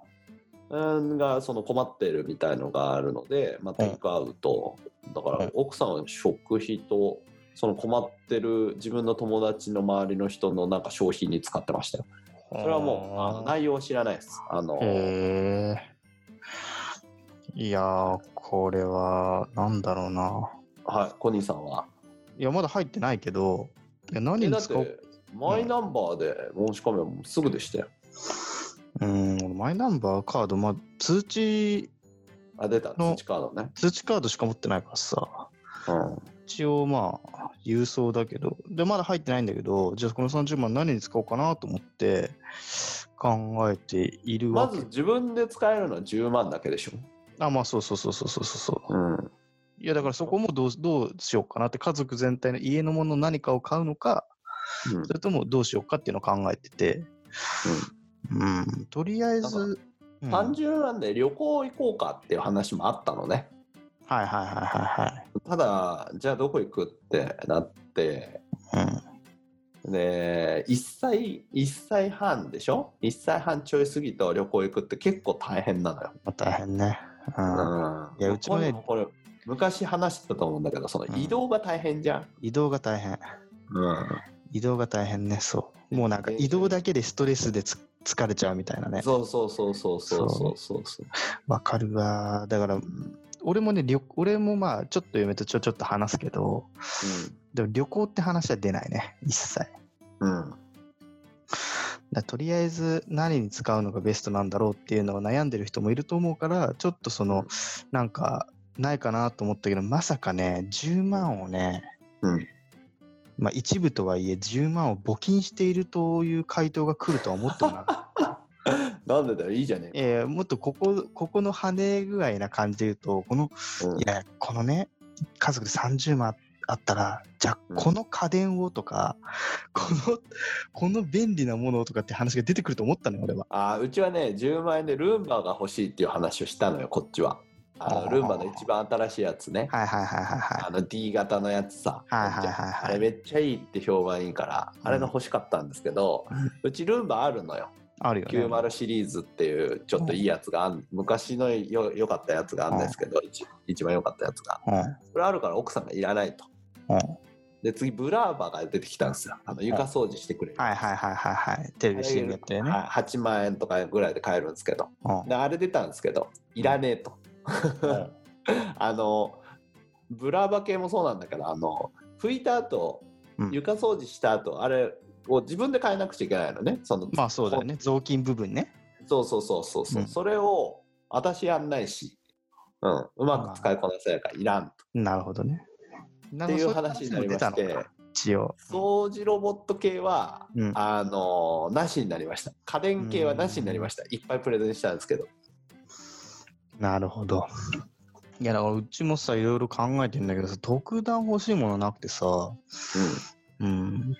Speaker 2: うんがその困ってるみたいのがあるので、まあ、テイクアウト、だか
Speaker 1: う
Speaker 2: ら
Speaker 1: ん
Speaker 2: 奥さんは食費とその困ってる自分の友達の周りの人のなんか商品に使ってましたよそれはもうあの内容を知らないですあの、
Speaker 1: へえいやー、これは、なんだろうな。
Speaker 2: はいコニーさんはい
Speaker 1: や、まだ入ってないけど、いや何
Speaker 2: え
Speaker 1: に
Speaker 2: だっ
Speaker 1: 使おう
Speaker 2: てマイナンバーで申し込めばもうすぐでしたよ
Speaker 1: うん、俺マイナンバーカード、まあ、通知、
Speaker 2: あ出た
Speaker 1: の
Speaker 2: 通知カードね、
Speaker 1: 通知カードしか持ってないからさ、
Speaker 2: うん、
Speaker 1: 一応まあ、郵送だけど、で、まだ入ってないんだけど、じゃあこの30万何に使おうかなと思って考えている
Speaker 2: ま
Speaker 1: わけ。
Speaker 2: ず自分で使えるのは10万だけでしょ、
Speaker 1: あ、まあそうそうそうそうそうそう。
Speaker 2: うん、
Speaker 1: いや、だからそこもどうどうしようかなって、家族全体の家のもの何かを買うのか、
Speaker 2: うん
Speaker 1: それともどうしようかっていうのを考えてて、うん、とりあえず、うんはい
Speaker 2: 単純なんで旅行行こうかっていう話もあったのね
Speaker 1: はいはいは
Speaker 2: ただじゃあどこ行くってなって
Speaker 1: いはい。
Speaker 2: で1歳1歳半でしょ1歳半ちょい過ぎと旅行行くって結構大変なのよ。
Speaker 1: うん、大変ね。
Speaker 2: う
Speaker 1: うん、
Speaker 2: ん
Speaker 1: いやうちもね
Speaker 2: これこれ昔話してたと思うんだけどその移動が大変じゃん。
Speaker 1: 移動が大変。
Speaker 2: う
Speaker 1: 移動が大変ね、そう。もうなんか移動だけでストレスでつ疲れちゃうみたいなね
Speaker 2: ん、。そうそうそうそうそうそうそうそう。
Speaker 1: わかるわ。だから、俺もね、旅俺もまあ、ちょっと嫁とちょちょっと話すけど、でも旅行って話は出ないね、一切。
Speaker 2: うんうん
Speaker 1: だとりあえず何に使うのがベストなんだろうっていうのを悩んでる人もいると思うからちょっとそのなんかないかなと思ったけどまさかね10万をね、
Speaker 2: うん
Speaker 1: まあ一部とはいえ10万を募金しているという回答が来るとは思ってもなかった。
Speaker 2: なんでだよいいじゃねえ
Speaker 1: えーもっとここここの跳ね具合な感じで言うとこの
Speaker 2: か。うん
Speaker 1: いやこのね家族で30万あったらじゃあ
Speaker 2: うん
Speaker 1: この家電をとか、このこの便利なものをとかって話が出てくると思ったのよ俺は。
Speaker 2: あーうちはね10万円でルンバが欲しいっていう話をしたのよこっちはあ
Speaker 1: あ
Speaker 2: の
Speaker 1: ー
Speaker 2: ルンバの一番新しいやつね、
Speaker 1: はいはいはいはいはい
Speaker 2: あの D 型のやつさ、
Speaker 1: はいはいはいはい
Speaker 2: あれめっちゃいいって評判いいから、あれが欲しかったんですけど、うちルンバあるのよ
Speaker 1: あるよね。
Speaker 2: 90シリーズっていうちょっといいやつがあん、昔のよ良かったやつがあるんですけど、一一番良かったやつが
Speaker 1: うん。
Speaker 2: それあるから奥さんがいらないと
Speaker 1: うん。はい
Speaker 2: で次ブラーバが出てきたんですよあの床掃除してくれる、
Speaker 1: はいはいはいはい。テレビ CM やってるね。
Speaker 2: はい8万円とかぐらいで買えるんですけど
Speaker 1: うん
Speaker 2: であれ出たんですけどいらねえと、
Speaker 1: うん。
Speaker 2: あのブラーバ系もそうなんだけどあの拭いた後
Speaker 1: うん
Speaker 2: 床掃除した後、あれを自分で変えなくちゃいけないのねその
Speaker 1: まあそうだよね。雑巾部分ね。
Speaker 2: そうそうそうそうそう、
Speaker 1: うん
Speaker 2: それを私やんないし、うん、うまく使いこなせないからいらん
Speaker 1: なるほどね。な
Speaker 2: って
Speaker 1: る
Speaker 2: い
Speaker 1: ほ
Speaker 2: う
Speaker 1: ど
Speaker 2: 話になり
Speaker 1: そういう話も出
Speaker 2: まし
Speaker 1: た
Speaker 2: て
Speaker 1: のか一応。
Speaker 2: 掃除ロボット系は、
Speaker 1: うん
Speaker 2: あのなしになりました家電系はなしになりました、いっぱいプレゼンしたんですけど
Speaker 1: なるほど。いやだからうちもさいろいろ考えてんだけどさ特段欲しいものなくてさうん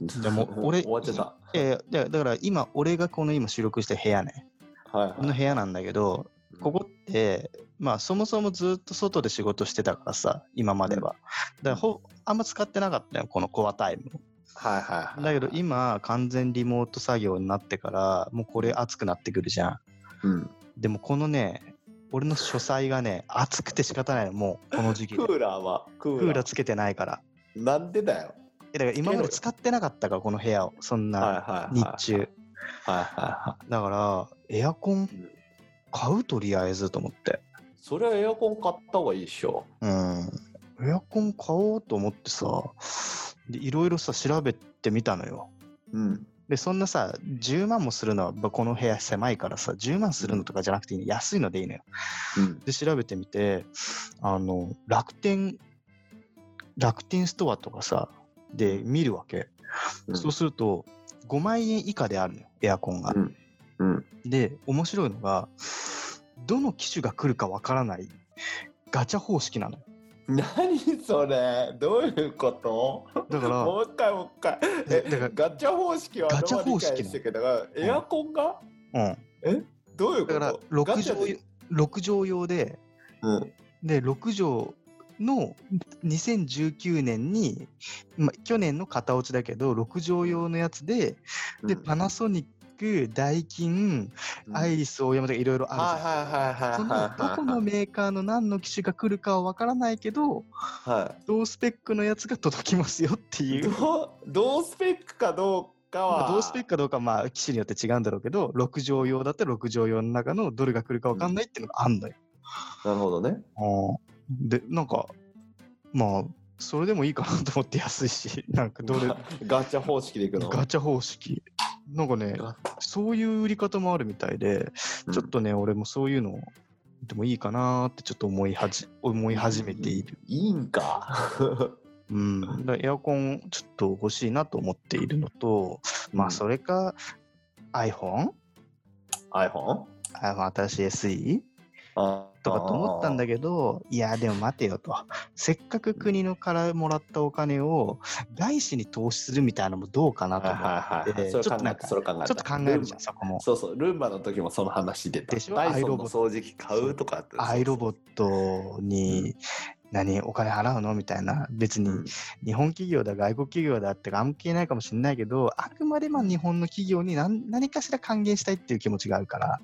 Speaker 2: うん
Speaker 1: でも俺
Speaker 2: 終わっちゃった
Speaker 1: いやいやいやだから今俺がこの今収録した部屋ね
Speaker 2: はい
Speaker 1: この
Speaker 2: はい
Speaker 1: 部屋なんだけどここってまあそもそもずっと外で仕事してたからさ今まではだからほあんま使ってなかったよこのコアタイムを
Speaker 2: はいはいはい
Speaker 1: だけど今完全リモート作業になってからもうこれ熱くなってくるじゃん
Speaker 2: うん
Speaker 1: でもこのね俺の書斎がね熱くて仕方ないのもうこの時期
Speaker 2: ク
Speaker 1: で
Speaker 2: ーラーはク
Speaker 1: ク
Speaker 2: ー
Speaker 1: ー
Speaker 2: ラ
Speaker 1: ラー
Speaker 2: ー
Speaker 1: つけてないから
Speaker 2: なんでだよ
Speaker 1: えだから今まで使ってなかったからこの部屋をそんな
Speaker 2: はいはい
Speaker 1: 日
Speaker 2: はい
Speaker 1: 中
Speaker 2: はいはいは
Speaker 1: だからエアコン買うとりあえずと思って
Speaker 2: いそれはエアコン買った方がいいでしょ
Speaker 1: うんエアコン買おうと思ってさでいろいろさ調べてみたのよ
Speaker 2: うん
Speaker 1: でそんなさ10万もするのはまあこの部屋狭いからさ10万するのとかじゃなくていいの安いのでいいのよ
Speaker 2: うん
Speaker 1: で調べてみてあの楽天楽天ストアとかさで見るわけ、
Speaker 2: うん
Speaker 1: そうすると5万円以下であるのよエアコンが、
Speaker 2: うん
Speaker 1: で面白いのがどの機種が来るかわからないガチャ方式なのよ
Speaker 2: 何それどういうこと
Speaker 1: だから
Speaker 2: もう一回もう一回え
Speaker 1: だから
Speaker 2: ガチャ方式は
Speaker 1: ガチャ
Speaker 2: 俺は
Speaker 1: 方式
Speaker 2: 理解してるけどエアコンが
Speaker 1: うん、
Speaker 2: どういうこ
Speaker 1: だ
Speaker 2: と
Speaker 1: から
Speaker 2: ガチャ
Speaker 1: 6
Speaker 2: で
Speaker 1: 畳6畳用で
Speaker 2: うん
Speaker 1: で6の2019年に、まあ、去年の型落ちだけど6畳用のやつで、
Speaker 2: うん
Speaker 1: でパナソニックダイキン
Speaker 2: うん
Speaker 1: アイリスオーヤマとかいろいろあるじゃん。
Speaker 2: はいはいはいはい
Speaker 1: そ
Speaker 2: は
Speaker 1: のど
Speaker 2: い
Speaker 1: このメーカーの何の機種が来るかは分からないけど
Speaker 2: は
Speaker 1: 同スペックのやつが届きますよって
Speaker 2: い
Speaker 1: いう
Speaker 2: ど同スペックかどう か
Speaker 1: ま
Speaker 2: は
Speaker 1: あ同スペックかどうかはまあ機種によって違うんだろうけど6畳用だったら6畳用の中のどれが来るか分かんないっていうのがあんのよ。
Speaker 2: なるほどね
Speaker 1: でなんかまあそれでもいいかなと思って安いし なんかどれ
Speaker 2: ガチャ方式でいくの
Speaker 1: ガチャ方式なんかね
Speaker 2: ガ
Speaker 1: そういう売り方もあるみたいで、ちょっとね俺もそういうのでもいいかなってちょっと思いは じ思い始めている、
Speaker 2: いいんか
Speaker 1: うん、だからエアコンちょっと欲しいなと思っているのとま
Speaker 2: う
Speaker 1: あ
Speaker 2: ん
Speaker 1: それか iPhone?iPhone
Speaker 2: iPhone?
Speaker 1: 新しい SE?
Speaker 2: あ
Speaker 1: とかと思ったんだ
Speaker 2: け
Speaker 1: けど、いや、でも待てよと。せっかく国のからもらったお金を外資に投資するみたいなのもどうかなと
Speaker 2: はい
Speaker 1: 思っ
Speaker 2: はいはい、
Speaker 1: えー
Speaker 2: それ
Speaker 1: ちょ
Speaker 2: 考
Speaker 1: っとなん
Speaker 2: え
Speaker 1: か
Speaker 2: たそれ考え
Speaker 1: て、
Speaker 2: た
Speaker 1: ちょっと考えるじゃん、そこも。
Speaker 2: そうそう、ルンバの時もその話出た。
Speaker 1: でしょ
Speaker 2: ダイソンの
Speaker 1: アイロボッ
Speaker 2: 掃除機買うとかって。
Speaker 1: アイロボットに、何お金払うのみたいな別に
Speaker 2: うん
Speaker 1: 日本企業だ外国企業だって関係ないかもしれないけどあくまでまあ日本の企業に何何かしら還元したいっていう気持ちがあるから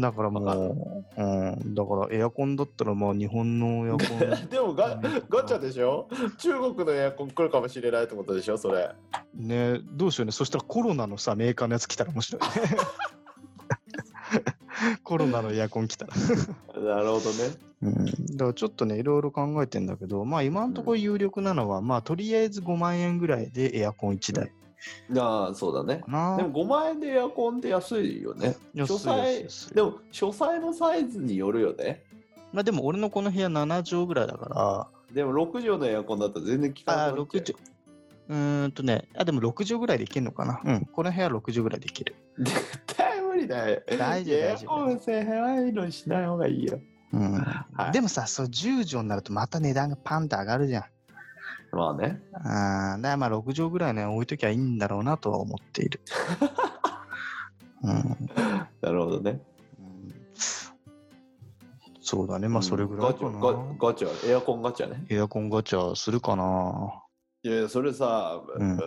Speaker 1: だから
Speaker 2: わかる
Speaker 1: もう、うん、だからエアコンだったらまあ日本のエアコン
Speaker 2: うんでも ガガチャでしょ中国のエアコン来るかもしれないってことでしょそれ。
Speaker 1: ねどうしようねそしたらコロナのさメーカーのやつ来たら面白い ねコロナのエアコン来たら、
Speaker 2: なるほどね。
Speaker 1: うん、だからちょっとねいろいろ考えてんだけどまあ今のところ有力なのは、まあとりあえず5万円ぐらいでエアコン1台
Speaker 2: ああ、そうだね
Speaker 1: か。な
Speaker 2: でも5万円でエアコンって安いよね。
Speaker 1: 安い
Speaker 2: 書斎
Speaker 1: 安い
Speaker 2: でも、書斎のサイズによるよね。
Speaker 1: まあでも俺のこの部屋7畳ぐらいだから
Speaker 2: でも6畳のエアコンだったら全然効か
Speaker 1: あ
Speaker 2: ない。
Speaker 1: ー6畳うーんとねあでも6畳ぐらいでいけるのかなうんこの部屋6畳ぐらいでいける
Speaker 2: 絶対無理だよ。
Speaker 1: 大丈夫
Speaker 2: エ
Speaker 1: 大
Speaker 2: ア
Speaker 1: 丈
Speaker 2: コ
Speaker 1: 夫
Speaker 2: ン狭いのにしない方がいいよ。
Speaker 1: うん、
Speaker 2: はい
Speaker 1: でもさそう10畳になるとまた値段がパンって上がるじゃん
Speaker 2: まあね。
Speaker 1: あーだからまあ6畳ぐらいね置いときゃいいんだろうなとは思って いる。うん、
Speaker 2: なるほどね。
Speaker 1: そうだねまあそれぐらいかな。
Speaker 2: うんガチャガガチャエアコンガチャね
Speaker 1: エアコンガチャするかない
Speaker 2: やいやそれさ、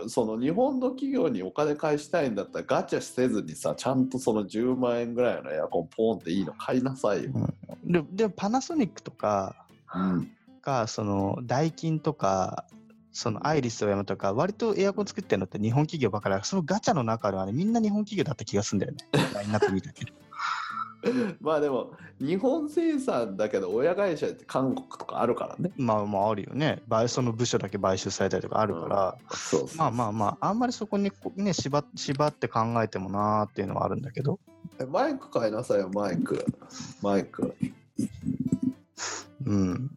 Speaker 1: う
Speaker 2: その日本の企業にお金返したいんだったらガチャせずにさちゃんとその10万円ぐらいのエアコンポーンっていいの買いなさいよ、
Speaker 1: ででもパナソニックとか
Speaker 2: うん
Speaker 1: がそのダイキンとかそのアイリスオーヤマとか割とエアコン作ってるのって日本企業ばっかりだからそのガチャの中ではねみんな日本企業だった気がするんだよねラインナップ見たけど
Speaker 2: まあでも日本生産だけど親会社って韓国とかあるからね
Speaker 1: まあまああるよね買その部署だけ買収されたりとかあるから、
Speaker 2: そうそうそう
Speaker 1: まあまあまあ、あんまりそこにこね縛縛って考えてもなーっていうのはあるんだけど、
Speaker 2: えマイク買いなさいよマイクマイク
Speaker 1: うん、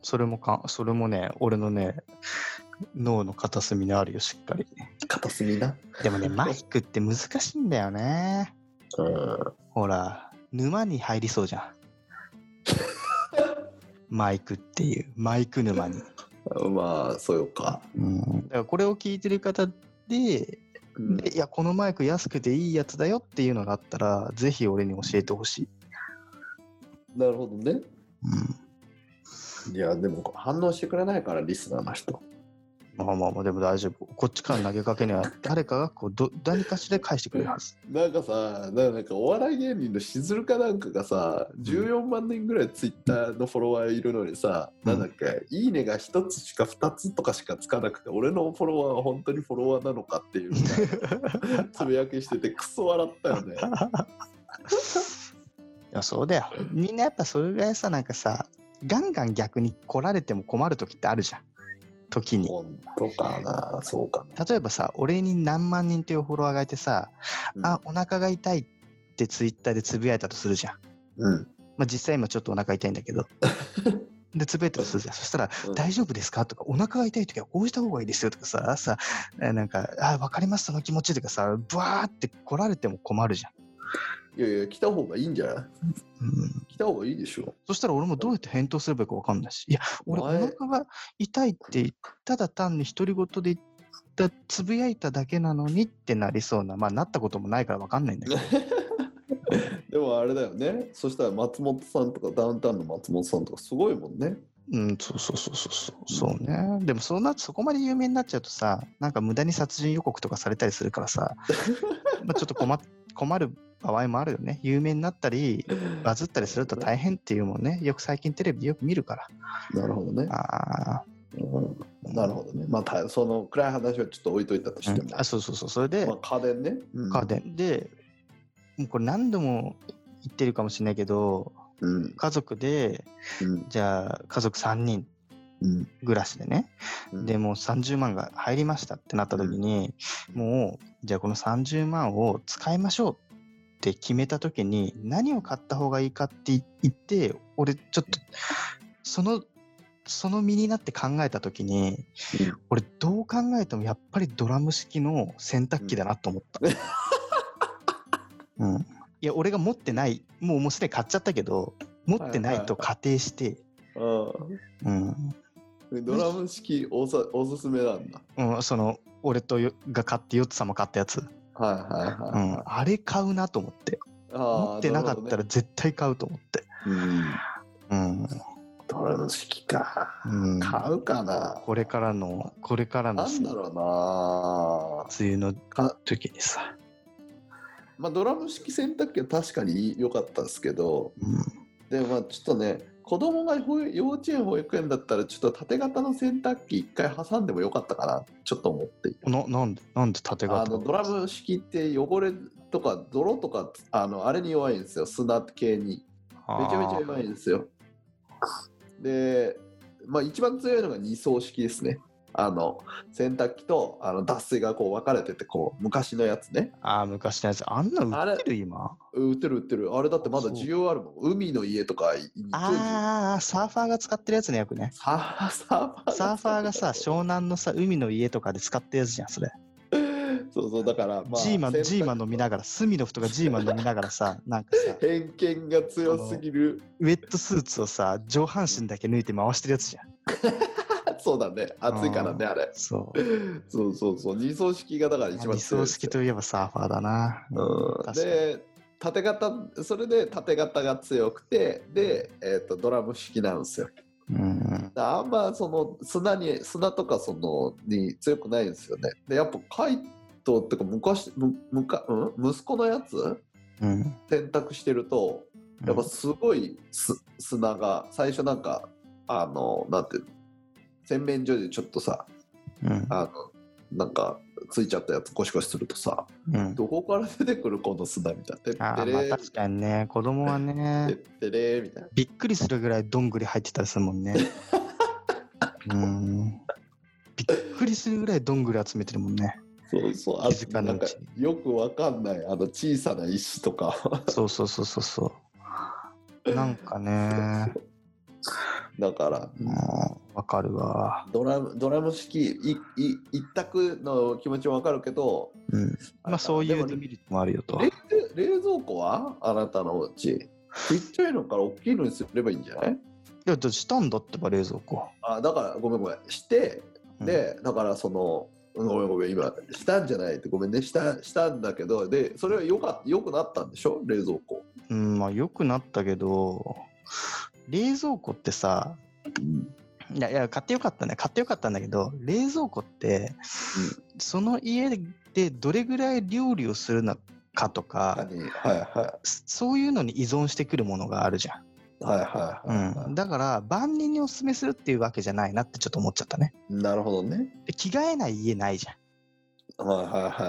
Speaker 1: それもかそれもね、俺のね、脳の片隅にあるよ、しっかり。
Speaker 2: 片隅な
Speaker 1: でもね、マイクって難しいんだよね。
Speaker 2: うん
Speaker 1: ほら、沼に入りそう じゃん。マイクっていう、マイク沼に。
Speaker 2: まあそうか、
Speaker 1: うん、だからこれを聞いてる方で、
Speaker 2: うん
Speaker 1: でいや、このマイク安くていいやつだよっていうのがあったら、ぜひ俺に教えてほしい。
Speaker 2: なるほどね
Speaker 1: うん
Speaker 2: いやでも反応してくれないからリスナーの人
Speaker 1: まあまあまあ、でも大丈夫。こっちから投げかけには、 誰かがこうど、何かしら返してくれるはず。
Speaker 2: なんかさ、なんかお笑い芸人のしずるかなんかがさ、14万人ぐらいツイッターのフォロワーいるのにさ、
Speaker 1: うん
Speaker 2: なんだっけ、いいねが1つしか2つとかしかつかなくて、俺のフォロワーは本当にフォロワーなのかっていう つぶやきしてて、クソ笑ったよね。
Speaker 1: いや、そうだよ。みんなやっぱそれぐらいさ、なんかさ、ガンガン逆に来られても困る時ってあるじゃん。時に。
Speaker 2: 本当かな、そうか
Speaker 1: 例えばさ、俺に何万人っていうフォロワーがいてさ、
Speaker 2: な
Speaker 1: あ。、お腹が痛いってツイッターでつぶやいたとするじゃん。
Speaker 2: うん、うん
Speaker 1: まあ実際今ちょっとお腹痛いんだけど。で、つぶやいたとするじゃん。そしたら、大丈夫ですかとか、お腹が痛いときはこうした方がいいですよとかさ、さ、えなんか、あ、わかります、その気持ちとかさ、ブワーって来られても困るじゃん。
Speaker 2: いやいや、来た方がいいんじゃない
Speaker 1: うん、
Speaker 2: 来た方がいいでしょ。
Speaker 1: そしたら俺もどうやって返答すればいいかわかんないし、いや、俺お
Speaker 2: お前
Speaker 1: 腹が痛いって、ただ単に独り言で言った、つぶやいただけなのにってなりそうな、まあなったこともないからわかんないんだけど、
Speaker 2: でもあれだよね、そしたら松本さんとか、ダウンタウンの松本さんとか、すごいもんね。
Speaker 1: うん、そうそうそうそうそうそうね。でもそんなそこまで有名になっちゃうとさ、なんか無駄に殺人予告とかされたりするから さ、まあちょっと困っ困る場合もあるよね。有名になったり、バズったりすると大変っていうもんね。よく最近テレビでよく見るか
Speaker 2: なるほどね
Speaker 1: ら。。あ
Speaker 2: うんなるほどね。まあた、その暗い話はちょっと置いといたと
Speaker 1: ー、
Speaker 2: し
Speaker 1: う
Speaker 2: て
Speaker 1: ん
Speaker 2: も。
Speaker 1: あ、そうそうそう。それで
Speaker 2: まあ、、家電ね。うん
Speaker 1: 家。電で、もうこれ何度も言ってるかもしれないけど、
Speaker 2: うん。
Speaker 1: 家族で、
Speaker 2: うん
Speaker 1: じゃあ家族3人
Speaker 2: うん。
Speaker 1: 暮らしでね、
Speaker 2: うん
Speaker 1: で、もう30万が入りましたってなった時に、もうじゃあこの30万を使いましょうって決めた時に何を買った方がいいかって言って俺ちょっとそのその身になって考えた時に、
Speaker 2: うん
Speaker 1: 俺どう考えてもやっぱりドラム式の洗濯機だなと思った。うん、いや俺が持ってないもうもうすでに買っちゃったけど持ってないと仮定して、うん、
Speaker 2: うんドラム式おさおすすめなんだ。
Speaker 1: うん、その俺とよが買ってヨッツさんも買ったやつ、
Speaker 2: はいはいは
Speaker 1: う
Speaker 2: い。
Speaker 1: ん、あれ買うなと思って
Speaker 2: あー
Speaker 1: 持ってなかったら、絶対買うと思って、
Speaker 2: なるほどね
Speaker 1: うん
Speaker 2: うん、ドラム式か。
Speaker 1: うん、
Speaker 2: 買うかな。
Speaker 1: これからのこれからの
Speaker 2: なんだ
Speaker 1: 梅
Speaker 2: ろうな。
Speaker 1: 雨の
Speaker 2: か
Speaker 1: 時にさ、
Speaker 2: まあ、ドラム式洗濯機は確かに良かったですけど、
Speaker 1: うん、
Speaker 2: でもまあちょっとね、子供が保育幼稚園、保育園だったら、ちょっと縦型の洗濯機一回挟んでもよかったかな、ちょっと思っている。
Speaker 1: ななんでなんで縦
Speaker 2: あ
Speaker 1: 型
Speaker 2: のドラム式って汚れとか泥とかあのあれに弱いんですよ砂系にめちゃめちゃ弱いんですよで、まあ、一番強いのが二層式ですねあの洗濯機とあの脱水がこう分かれててこう昔のやつね
Speaker 1: あーあー昔のやつあんな
Speaker 2: あ
Speaker 1: 売
Speaker 2: れ
Speaker 1: ってる今
Speaker 2: 売ってる売ってるあれだってまだ需要あるもん海の家とかに
Speaker 1: ああサーファーが使ってるやつねよくね
Speaker 2: サーファーサーファー
Speaker 1: サーファーがさ湘南のさ海の家とかで使ってるやつじゃんそれ
Speaker 2: そうそうだからまあ
Speaker 1: ジーマン
Speaker 2: 洗濯
Speaker 1: ジーマン飲みながらスミノフとかジーマン飲みながらさなんかさ
Speaker 2: 偏見が強すぎる
Speaker 1: ウェットスーツをさ、上半身だけ抜いて回してるやつじゃん。
Speaker 2: そうだね暑いからねあれ
Speaker 1: そう。
Speaker 2: そうそうそう二層式がだから一番
Speaker 1: 理
Speaker 2: 強
Speaker 1: 想
Speaker 2: いです
Speaker 1: 式
Speaker 2: よ
Speaker 1: といえばサーファーだな。確
Speaker 2: うん、
Speaker 1: かに
Speaker 2: で縦型それで縦型が強くてで、えー、とドラム式なんですよ
Speaker 1: うん。
Speaker 2: だからあんまその砂に砂とかそのに強くないんですよねでやっぱカイトってか昔むむか、うん、息子のやつ
Speaker 1: うん。
Speaker 2: 選択してるとやっぱすごいす砂が最初なんかあのなんていうの洗面所でちょっとさ
Speaker 1: うん。
Speaker 2: あのなんかついちゃったやつゴシゴシするとさ
Speaker 1: うん。
Speaker 2: どこから出てくるこの砂みたいな。て
Speaker 1: あ
Speaker 2: って
Speaker 1: あ、
Speaker 2: れ
Speaker 1: まあ
Speaker 2: ー
Speaker 1: 確かにね、子供は
Speaker 2: てっ
Speaker 1: ね、
Speaker 2: てれーみたいな。
Speaker 1: びっくりするぐらいどんぐり入ってたりするも んね。うん。びっくりするぐらいどんぐり集めてるもんね。
Speaker 2: そうそう。あ
Speaker 1: 気づかな
Speaker 2: ない
Speaker 1: うんち
Speaker 2: かよくわかんないあの小さな石とか。
Speaker 1: そうそうそうそうそう。なんかね、
Speaker 2: だから
Speaker 1: うんわかるわ。
Speaker 2: ドラムドラム式いい一択の気持ちもわかるけど、
Speaker 1: うん。まあそういうデ
Speaker 2: でも
Speaker 1: メリットもあるよと。
Speaker 2: 冷冷蔵庫はあなたのお家ちっちゃいのから大きいのにすればいいんじゃな
Speaker 1: い
Speaker 2: い
Speaker 1: や、だってしたんだってば冷蔵庫。
Speaker 2: あだからごめんごめんしてで、だからそのごめんごめん今したんじゃないってごめんねしたしたんだけどでそれはよかよくなったんでしょ冷蔵庫、
Speaker 1: うん、まあ良くなったけど、冷蔵庫ってさ、いやいや、買ってよかったね、買ってよかったんだけど、冷蔵庫って、その家でどれぐらい料理をするのかとか、
Speaker 2: 何はいは
Speaker 1: そういうのに依存してくるものがあるじゃん。
Speaker 2: いはいはいはいはい、
Speaker 1: うん、だから、万人にお勧めするっていうわけじゃないなってちょっと思っちゃったね。
Speaker 2: なるほどね。
Speaker 1: で着替えない家ないじゃん。
Speaker 2: はいはいはいはい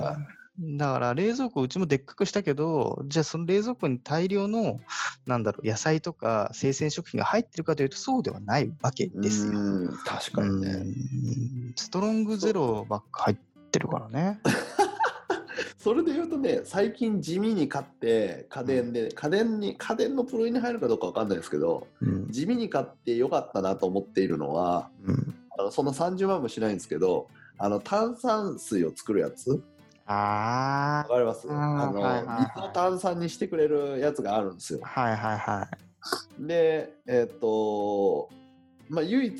Speaker 2: は
Speaker 1: だから冷蔵庫うちもでっかくしたけどじゃあその冷蔵庫に大量のなんだろう野菜とか生鮮食品が入ってるかというとそうではないわけ
Speaker 2: い。
Speaker 1: ですよ。
Speaker 2: うん確かに
Speaker 1: う
Speaker 2: ね。
Speaker 1: んストロングゼロばっか入ってるからね。
Speaker 2: それで言うとね、最近地味に買って、家電で、家電に、家電のプロに入るかどうかわかんないですけど、
Speaker 1: うん
Speaker 2: 地味に買ってよかったなと思っているのは、
Speaker 1: うん
Speaker 2: あのそんな30万もしないんですけど、あの炭酸水を作るやつ、わ
Speaker 1: あ
Speaker 2: かります
Speaker 1: あ
Speaker 2: あ
Speaker 1: ー
Speaker 2: の、
Speaker 1: はいはいはい
Speaker 2: 水を炭酸にしてくれるやつがあるんですよ
Speaker 1: あ。はいはいは
Speaker 2: で、えっ、と、まあ、唯一、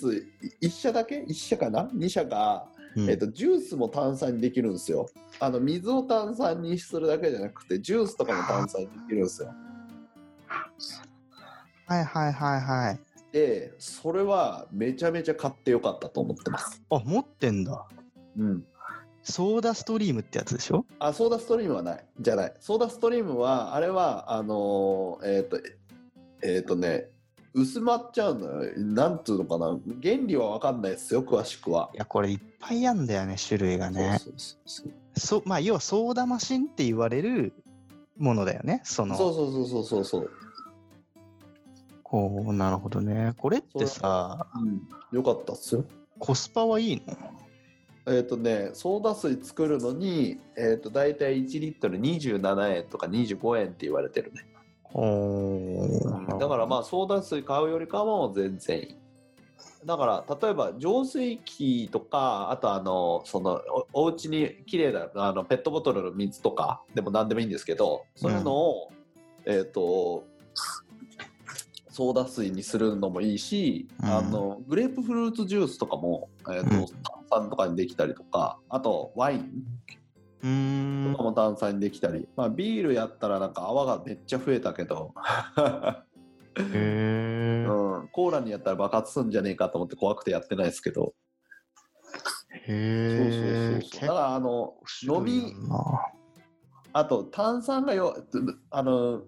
Speaker 2: 1社だけ ?1 社かな ?2 社が、
Speaker 1: い。うん
Speaker 2: えっとジュースも炭酸にできるんですよあの水を炭酸にするだけじゃなくてジュースとかも炭酸にできるんですよ
Speaker 1: はいはいはいはい。
Speaker 2: てそれはめちゃめちゃ買ってよかったと思ってます。
Speaker 1: あ、持ってんだ。
Speaker 2: うん、
Speaker 1: ソーダストリームってやつでしょ。
Speaker 2: あソーダストリームはないじゃないソーダストリームはあれはあのーえっ、とえっ、とね薄まっちゃうのよなんつうのかな原理は分かんないですよ詳しくはい
Speaker 1: や、これいっぱいあんだよね、種類がね。
Speaker 2: そうそうそう
Speaker 1: そうまあ、要はソーダマシンって言われるものだよね。その、
Speaker 2: そうそうそうそうそうそう
Speaker 1: こう、なるほどね。これって
Speaker 2: そう
Speaker 1: さ、
Speaker 2: よかったっすよ。
Speaker 1: コスパはいいの
Speaker 2: えっ、とねソーダ水作るのに、えー、と大体1リットル27円とか25円って言われてるね
Speaker 1: ほー
Speaker 2: だからまあソーダ水買うよりかも全然いいだから例えば浄水器とかあとあのそのおお家に綺麗なあのペットボトルの水とかでも何でもいいんですけどそういうのを、えっ、とソーダ水にするのもいいし、
Speaker 1: うん
Speaker 2: あのグレープフルーツジュースとかも、えーと
Speaker 1: うん
Speaker 2: 炭酸とかにできたりとかあとワイン
Speaker 1: うーん
Speaker 2: とかも炭酸にできたり、まあ、ビールやったらなんか泡がめっちゃ増えたけど、う
Speaker 1: へー
Speaker 2: ん、コーラにやったら爆発すんじゃねえかと思って怖くてやってないですけど、
Speaker 1: へー
Speaker 2: そうそうそうそうだからあの
Speaker 1: 結構
Speaker 2: 飲み
Speaker 1: 白いな
Speaker 2: あと炭酸がよあの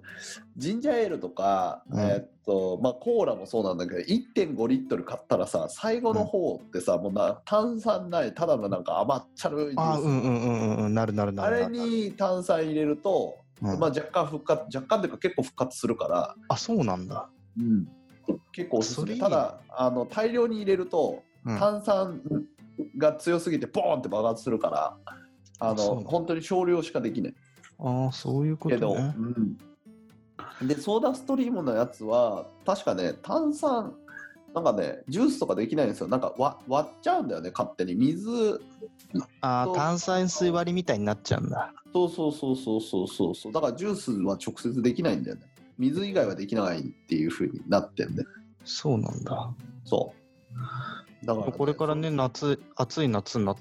Speaker 2: ジンジャーエールとか、
Speaker 1: うん
Speaker 2: えーっとまあ、コーラもそうなんだけど1.5リットル買ったらさ最後の方ってさ、もうな炭酸ないただのなんか甘っちゃるいジュース
Speaker 1: あうんうんうんうんうんなるなるな
Speaker 2: あ
Speaker 1: るなる
Speaker 2: れに炭酸入れると、
Speaker 1: うん
Speaker 2: まあ、若干復活若干というか結構復活するから、
Speaker 1: あそうなんだ、
Speaker 2: 結構おすす
Speaker 1: それ
Speaker 2: め
Speaker 1: いいね
Speaker 2: ただあの大量に入れると
Speaker 1: うん
Speaker 2: 炭酸が強すぎてボーンって爆発するからあ
Speaker 1: あそうな
Speaker 2: の
Speaker 1: んだ
Speaker 2: 本当に少量しかできない
Speaker 1: ああそういうこ
Speaker 2: け
Speaker 1: と
Speaker 2: ど、
Speaker 1: ね
Speaker 2: うんでソーダストリームのやつは確かね炭酸なんかねジュースとかできないんですよなんかわ割っちゃうんだよね勝手に水
Speaker 1: あ
Speaker 2: そ
Speaker 1: あ
Speaker 2: う
Speaker 1: 炭酸水割りみたいになっちゃうんだ
Speaker 2: そうそうそうそうそうそうそうだからジュースは直接できないんだよね水以外はできないっていう風になってんで
Speaker 1: そうなんだ
Speaker 2: そうだからね、
Speaker 1: これからね夏暑い夏になっ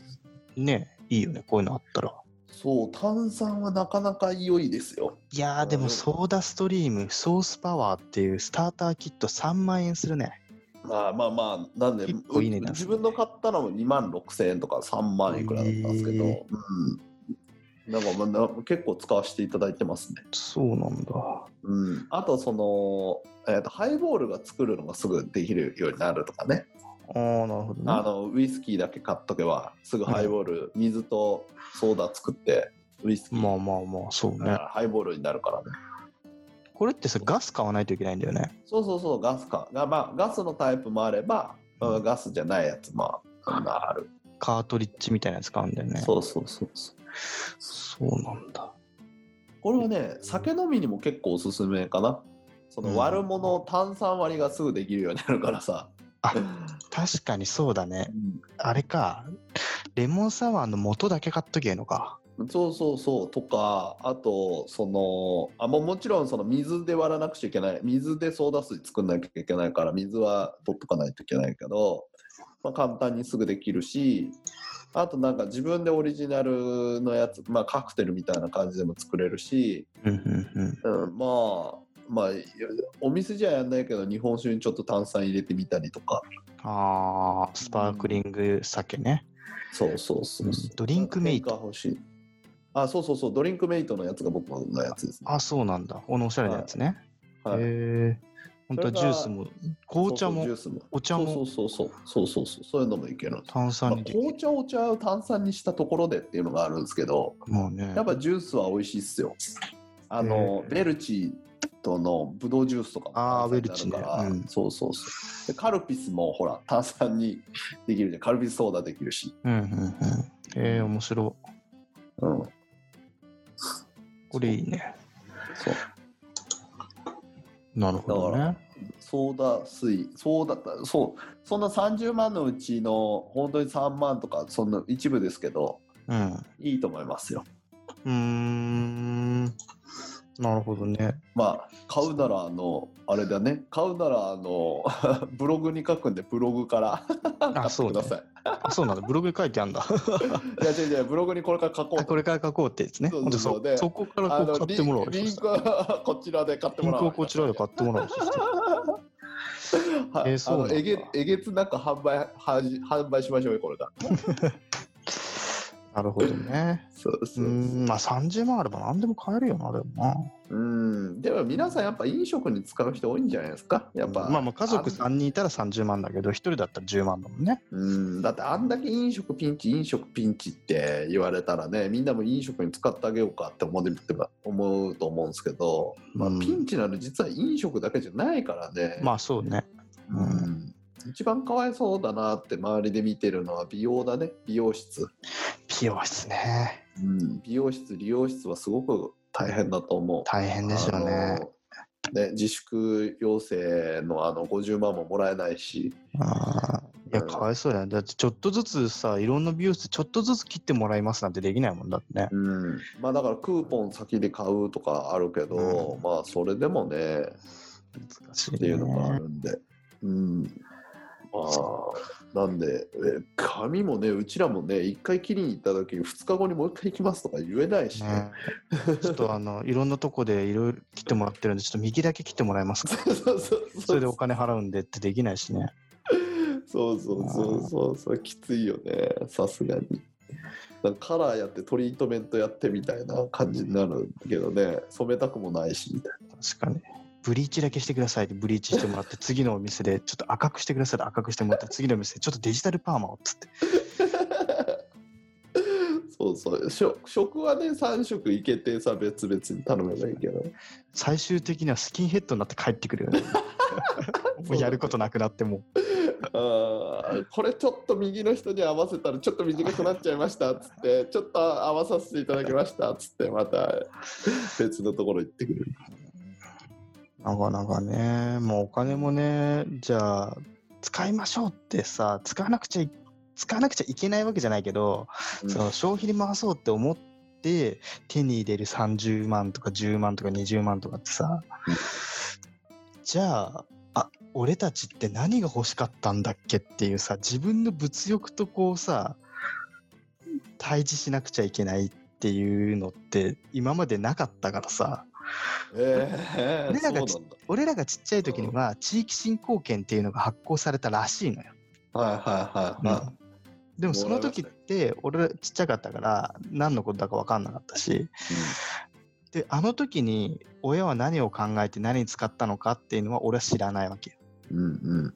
Speaker 1: ねいいよねこういうのあったら
Speaker 2: そう炭酸はなかなか良いですよ
Speaker 1: いやーで
Speaker 2: うん
Speaker 1: もソーダストリームソースパワーっていうスターターキット3万円するね
Speaker 2: まあまあまあなんで
Speaker 1: 結構いい値段ですね
Speaker 2: 自分の買ったのも2万6千円とか3万いくらだったんですけど、
Speaker 1: へ
Speaker 2: うん、なんかまあな結構使わせていただいてますね、
Speaker 1: そうなんだ
Speaker 2: うん、あとその、えー、とハイボールが作るのがすぐできるようになるとかね、
Speaker 1: ああなるほどね
Speaker 2: あのウイスキーだけ買っとけばすぐハイボール、水とソーダ作ってウイスキー、
Speaker 1: まあまあまあそう
Speaker 2: だか
Speaker 1: ね
Speaker 2: らハイボールになるからね
Speaker 1: これってさガス買わないといけないんだよね
Speaker 2: そうそうそうガスかが、まあ、ガスのタイプもあれば、うんガスじゃないやつもあまあある、
Speaker 1: カートリッジみたいなやつ買うんだよね
Speaker 2: そうそうそうそう
Speaker 1: そうなんだ
Speaker 2: これはね酒飲みにも結構おすすめかなその割るもの炭酸割りがすぐできるようになるからさ、
Speaker 1: あ確かにそうだね
Speaker 2: う
Speaker 1: あれかレモンサワーの元だけ買っとけえのか
Speaker 2: んそうそうそうとかあとそのあもうもちろんその水で割らなくちゃいけない水でソーダ水作んなきゃいけないから水は取っとかないといけないけど、まあ、簡単にすぐできるしあとなんか自分でオリジナルのやつ、まあ、カクテルみたいな感じでも作れるし
Speaker 1: うんうんうん
Speaker 2: うん、まあまあいやお店じゃやんないけど日本酒にちょっと炭酸入れてみたりとか
Speaker 1: あースパークリング酒ね
Speaker 2: そうそうそうそう
Speaker 1: うんドリンクメイト
Speaker 2: なんか変化欲しいあそうそうそうドリンクメイトのやつが僕のやつですね
Speaker 1: あそうなんだこのおしゃれなやつね
Speaker 2: はい
Speaker 1: へえほんとはジュースも紅茶も
Speaker 2: そうそうジュースも
Speaker 1: お茶
Speaker 2: そ
Speaker 1: も
Speaker 2: うそうそうそうそうそうそうそういうのもいけるんです、
Speaker 1: 炭
Speaker 2: まあ
Speaker 1: 酸にできる
Speaker 2: 紅茶お茶を炭酸にしたところでっていうのがあるんですけど
Speaker 1: もうね
Speaker 2: やっぱジュースは美味しいっすよあのベルチとのブドウジュースとかも
Speaker 1: あー
Speaker 2: 炭酸になるから
Speaker 1: ベルチねうん
Speaker 2: そうそうそうでカルピスもほら炭酸にできるじゃんカルピスソーダできるし
Speaker 1: うんうんうんえー、面白い
Speaker 2: うん
Speaker 1: これいいね
Speaker 2: そう
Speaker 1: なるほど
Speaker 2: だ
Speaker 1: ね
Speaker 2: ソーダ水ソーダそうそんな30万のうちの本当に3万とかそんな一部ですけど
Speaker 1: うん
Speaker 2: いいと思いますよ
Speaker 1: うーんなるほどね
Speaker 2: まあ買うならあのあれだね買うならあの ブログに書くんでブログから買
Speaker 1: あ
Speaker 2: って
Speaker 1: そう
Speaker 2: く
Speaker 1: ね
Speaker 2: ださい、
Speaker 1: あ そうなんだブログに書いてあんだ
Speaker 2: いや違う違うブログにこれから書こう
Speaker 1: あこれから書こうってやつね
Speaker 2: そうそう
Speaker 1: ほんと
Speaker 2: そう
Speaker 1: そ
Speaker 2: で
Speaker 1: そこから
Speaker 2: あ
Speaker 1: こ
Speaker 2: の
Speaker 1: う買ってもらおう
Speaker 2: リンリンクは こちらで買って
Speaker 1: リ
Speaker 2: も
Speaker 1: ン
Speaker 2: らおう
Speaker 1: クをこちらで買ってもらおうとしてる
Speaker 2: は
Speaker 1: えーそうなん
Speaker 2: あ
Speaker 1: だ
Speaker 2: のえげえげつなく販売はじ販売しましょうよこれが
Speaker 1: なるほどね。
Speaker 2: そう
Speaker 1: う
Speaker 2: そ
Speaker 1: ー、
Speaker 2: うそうん
Speaker 1: まあ30万あれば何でも買えるよな、でもな。
Speaker 2: うんでも皆さんやっぱ飲食に使う人多いんじゃないですかやっぱ、
Speaker 1: まあまあ家族
Speaker 2: あん
Speaker 1: 3人いたら30万だけど、1人だったら10万だもんね。
Speaker 2: うんだってあんだけ飲食ピンチ飲食ピンチって言われたらねみんなも飲食に使ってあげようかって思って思うと思うんですけど、まあ
Speaker 1: うん、
Speaker 2: ピンチなの実は飲食だけじゃないからね、
Speaker 1: まあそうね。
Speaker 2: う
Speaker 1: うん
Speaker 2: ん、一番かわいそうだなって周りで見てるのは美容だね美容室、
Speaker 1: 美容室ね。
Speaker 2: うん、美容室理容室はすごく大変だと思う
Speaker 1: 大変ですよね。
Speaker 2: あのね自粛要請のあの50万ももらえないし、
Speaker 1: あーいや、
Speaker 2: うん
Speaker 1: かわいそうだよ。だってちょっとずつさ、いろんな美容室ちょっとずつ切ってもらいますなんてできないもんだってね。
Speaker 2: うん、まあだからクーポン先で買うとかあるけど、
Speaker 1: うん
Speaker 2: まあそれでもね
Speaker 1: 難しい、ね。
Speaker 2: っていうのがあるんで、うん、まあなんでえ髪もねうちらもね一回切りに行った時2日後にもう一回行きますとか言えないしね、
Speaker 1: ね、ちょっとあのいろんなとこでいろいろ切ってもらってるんでちょっと右だけ切ってもらえますか
Speaker 2: そうそう
Speaker 1: そ
Speaker 2: そう
Speaker 1: れでお金払うんでってできないしね
Speaker 2: そうそうそうそうそうきついよねさすがになんかカラーやってトリートメントやってみたいな感じになるけどね染めたくもないしみたい
Speaker 1: 確かにブリーチだけしてくださいってブリーチしてもらって次のお店でちょっと赤くしてくださいって赤くしてもらって次のお店でちょっとデジタルパーマをっつって
Speaker 2: なそうそう食食はね3食いけてさ別々に頼めばいいけど
Speaker 1: 最終的にはスキンヘッドになって帰ってくる よねもうやることなくなっても
Speaker 2: あーこれちょっと右の人に合わせたらちょっと短くなっちゃいましたっつってちょっと合わさせていただきましたっつってまた別のところ行ってくる
Speaker 1: なかなかねもうお金もねじゃあ使いましょうってさ使わなくちゃい使わなくちゃいけないわけじゃないけど、その消費に回そうって思って手に入れる30万とか10万とか20万とかってさ、
Speaker 2: うん
Speaker 1: じゃああ俺たちって何が欲しかったんだっけっていうさ自分の物欲とこうさ対峙しなくちゃいけないっていうのって今までなかったからさ
Speaker 2: えー、
Speaker 1: で
Speaker 2: そ
Speaker 1: なか
Speaker 2: うんなん
Speaker 1: ち
Speaker 2: だ
Speaker 1: 俺らがちっちゃい時には地域振興券っていうのが発行されたらしいのよ。
Speaker 2: はいはいはいはい、
Speaker 1: でもその時って俺らちっちゃかったから何のことだか分かんなかったしであの時に親は何を考えて何に使ったのかっていうのは俺は知らないわけよ
Speaker 2: うん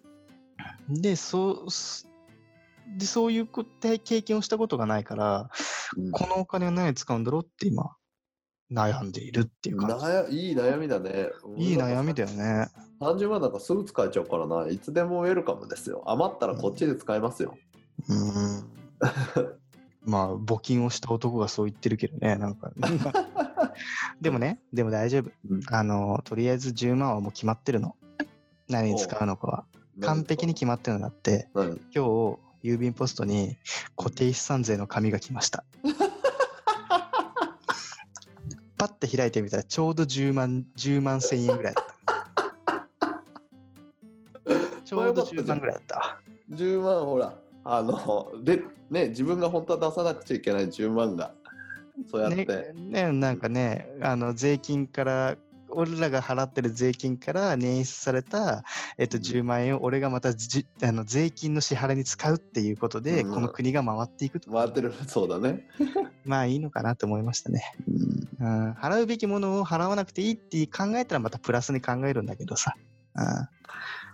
Speaker 2: うん
Speaker 1: でそうすでそういうこ経験をしたことがないから
Speaker 2: うん
Speaker 1: このお金は何に使うんだろうって今悩んでいるっていう感
Speaker 2: 悩いい悩みだね。
Speaker 1: じいい悩みだよね
Speaker 2: 30万なんかすぐ使えちゃうからな、いつでもウェルカムですよ。余ったらこっちで使えますよ。
Speaker 1: うんまあ募金をした男がそう言ってるけどねなん かでもねでも大丈夫
Speaker 2: うん
Speaker 1: あのとりあえず10万はもう決まってるの何に使うのかは完璧に。決まってるのだって
Speaker 2: 何
Speaker 1: 今日郵便ポストに固定資産税の紙が来ました パッて開いてみたらちょうど10万10万1000円ぐらいだ ったちょうど10万ぐらいだった
Speaker 2: 10万ほら、あの、で、ね、自分が本当は出さなくちゃいけない10万が、そうやって。
Speaker 1: ねねなんかねあの税金から俺らが払ってる税金から捻出された、えっと、
Speaker 2: うん
Speaker 1: 10万円を俺がまたじあの税金の支払いに使うっていうことで、
Speaker 2: うん
Speaker 1: この国が回っていくと
Speaker 2: 回ってる、そうだね。
Speaker 1: まあいいのかなと思いましたね。
Speaker 2: うん
Speaker 1: うん、払うべきものを払わなくていいって考えたらまたプラスに考えるんだけどさ、うん、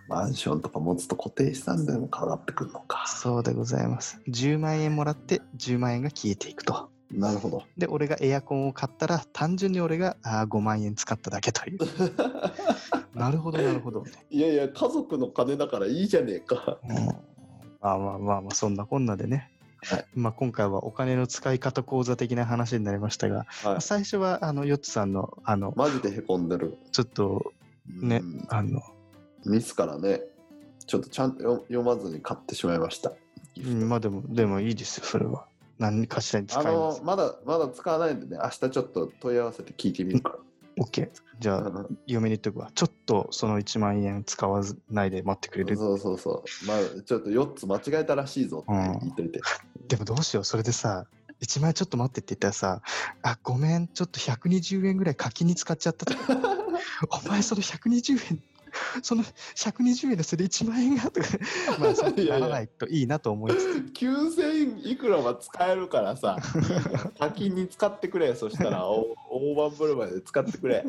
Speaker 2: マンションとか持つと固定資産税もかかってくるのか。
Speaker 1: そうでございます10万円もらって10万円が消えていくと
Speaker 2: なるほど。
Speaker 1: で俺がエアコンを買ったら単純に俺があー5万円使っただけ というなるほどなるほど、
Speaker 2: いやいや、家族の金だからいいじゃねえか。
Speaker 1: うん、まあまあまあまあそんなこんなでね、
Speaker 2: はい
Speaker 1: まあ、今回はお金の使い方講座的な話になりましたが、
Speaker 2: はい
Speaker 1: 最初はあのヨッツさんのあの
Speaker 2: マジでへこんでる。
Speaker 1: ちょっとね
Speaker 2: うん
Speaker 1: あの
Speaker 2: ミスからね、ちょっとちゃんと読読まずに買ってしまいました。ギ
Speaker 1: う
Speaker 2: フト
Speaker 1: ん、まあでも、でもいいですよ、それは。何かしらに使
Speaker 2: あ
Speaker 1: いま
Speaker 2: の
Speaker 1: す。
Speaker 2: まだまだ使わないんでね、明日ちょっと問い合わせて聞いてみるか
Speaker 1: OK。じゃ
Speaker 2: ら。あ
Speaker 1: あ、
Speaker 2: の
Speaker 1: 嫁に言っとくわ。ちょっとその1万円使わずないで待ってくれる。
Speaker 2: そうそうそう、まあ、ちょっと4つ間違えたらしいぞって言っといて、
Speaker 1: でもどうしよう、それでさ、1万円ちょっと待ってって言ったらさ、あ、ごめん、ちょっと120円ぐらい課金に使っちゃったとか。お前その120円 その120円のそれ1万円がとか、 まあ、そう
Speaker 2: いやいや
Speaker 1: ならないといいなと思いつつ、
Speaker 2: 9000いくらは使えるから さ先に使ってくれそしたらお大盤振る舞いで使ってくれ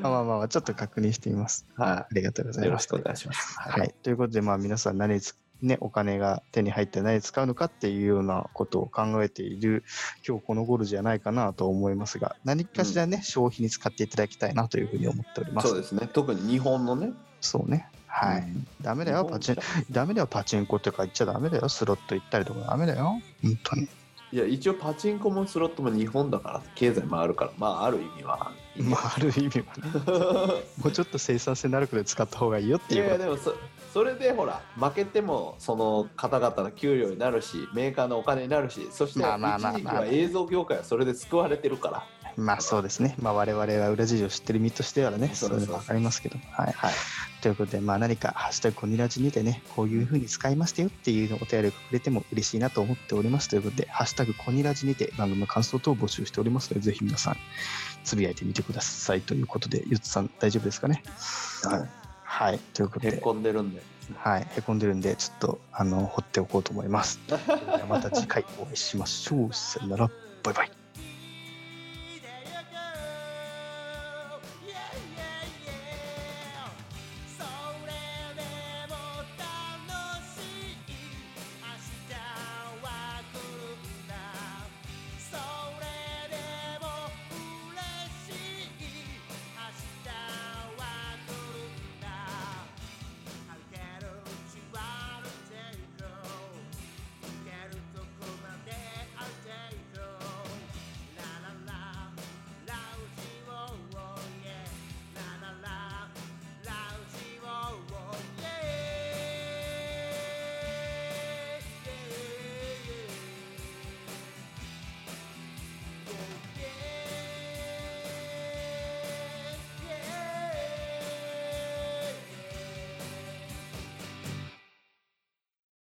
Speaker 1: まあまあまあ、ちょっと確認してみます。
Speaker 2: は
Speaker 1: ありがとうござ
Speaker 2: よ
Speaker 1: い
Speaker 2: ろ
Speaker 1: ま
Speaker 2: し
Speaker 1: す。
Speaker 2: くお願いします
Speaker 1: はい、ということで、まあ、皆さん何つ、ね、お金が手に入って何に使うのかっていうようなことを考えている今日この頃じゃないかなと思いますが何かしらね、消費に使っていただきたいなというふうに思っております。
Speaker 2: そうですね特に日本のね
Speaker 1: そうねはい、
Speaker 2: うん
Speaker 1: ダメだよ
Speaker 2: 日
Speaker 1: パ
Speaker 2: 本
Speaker 1: チンダメだよパチンコとか行っちゃダメだよスロット行ったりとかダメだよ本当に
Speaker 2: いや一応パチンコもスロットも日本だから経済回るからまあある意味は
Speaker 1: まあある意味はねもうちょっと生産性のあるくらい使った方がいいよって
Speaker 2: い
Speaker 1: いう
Speaker 2: やいや
Speaker 1: こ
Speaker 2: でもそそれでほら負けてもその方々の給料になるしメーカーのお金になるしそして一
Speaker 1: まあまあまあ
Speaker 2: 時期
Speaker 1: まあ
Speaker 2: は
Speaker 1: まあ
Speaker 2: 映像業界はそれで救われてるから
Speaker 1: とまあそうですねまあ我々は裏事情を知ってる身としてはね
Speaker 2: そ
Speaker 1: そうう
Speaker 2: です
Speaker 1: いうの分かりますけどはい
Speaker 2: はい
Speaker 1: ということで、まあ、何か「ハッシュタグコニラジ」にてねこういうふうに使いましたよっていうのをお便りをくれても嬉しいなと思っておりますということで「ハッシュタグコニラジ」にて番組の感想等を募集しておりますのでぜひ皆さんつぶやいてみてくださいということでゆつさん大丈夫ですかね
Speaker 2: は
Speaker 1: はいということ
Speaker 2: へ
Speaker 1: で
Speaker 2: こんでるんで
Speaker 1: はい、へこんでるんでちょっとあの掘っておこうと思いますではまた次回お会いしましょうさよならバイバイ